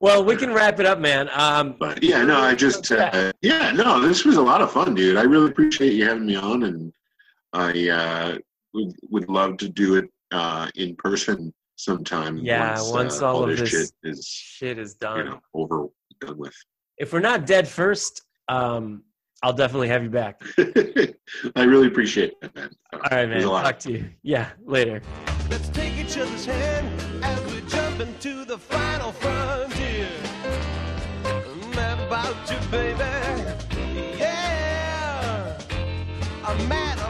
[SPEAKER 1] well, we can wrap it up, man. Um,
[SPEAKER 2] but yeah, no, I just uh, yeah, no, this was a lot of fun, dude. I really appreciate you having me on, and I uh, would would love to do it uh, in person sometime. uh,
[SPEAKER 1] Yeah, once all of this-
[SPEAKER 2] shit is
[SPEAKER 1] shit is done.
[SPEAKER 2] you know over done with.
[SPEAKER 1] If we're not dead first, um, I'll definitely have you back.
[SPEAKER 2] I really appreciate that, man.
[SPEAKER 1] All right,
[SPEAKER 2] It was
[SPEAKER 1] man.
[SPEAKER 2] a lot.
[SPEAKER 1] Talk to you. Yeah, later.
[SPEAKER 3] Let's take each other's hand as we jump into the final frontier. Mad about you, baby. Yeah, I'm mad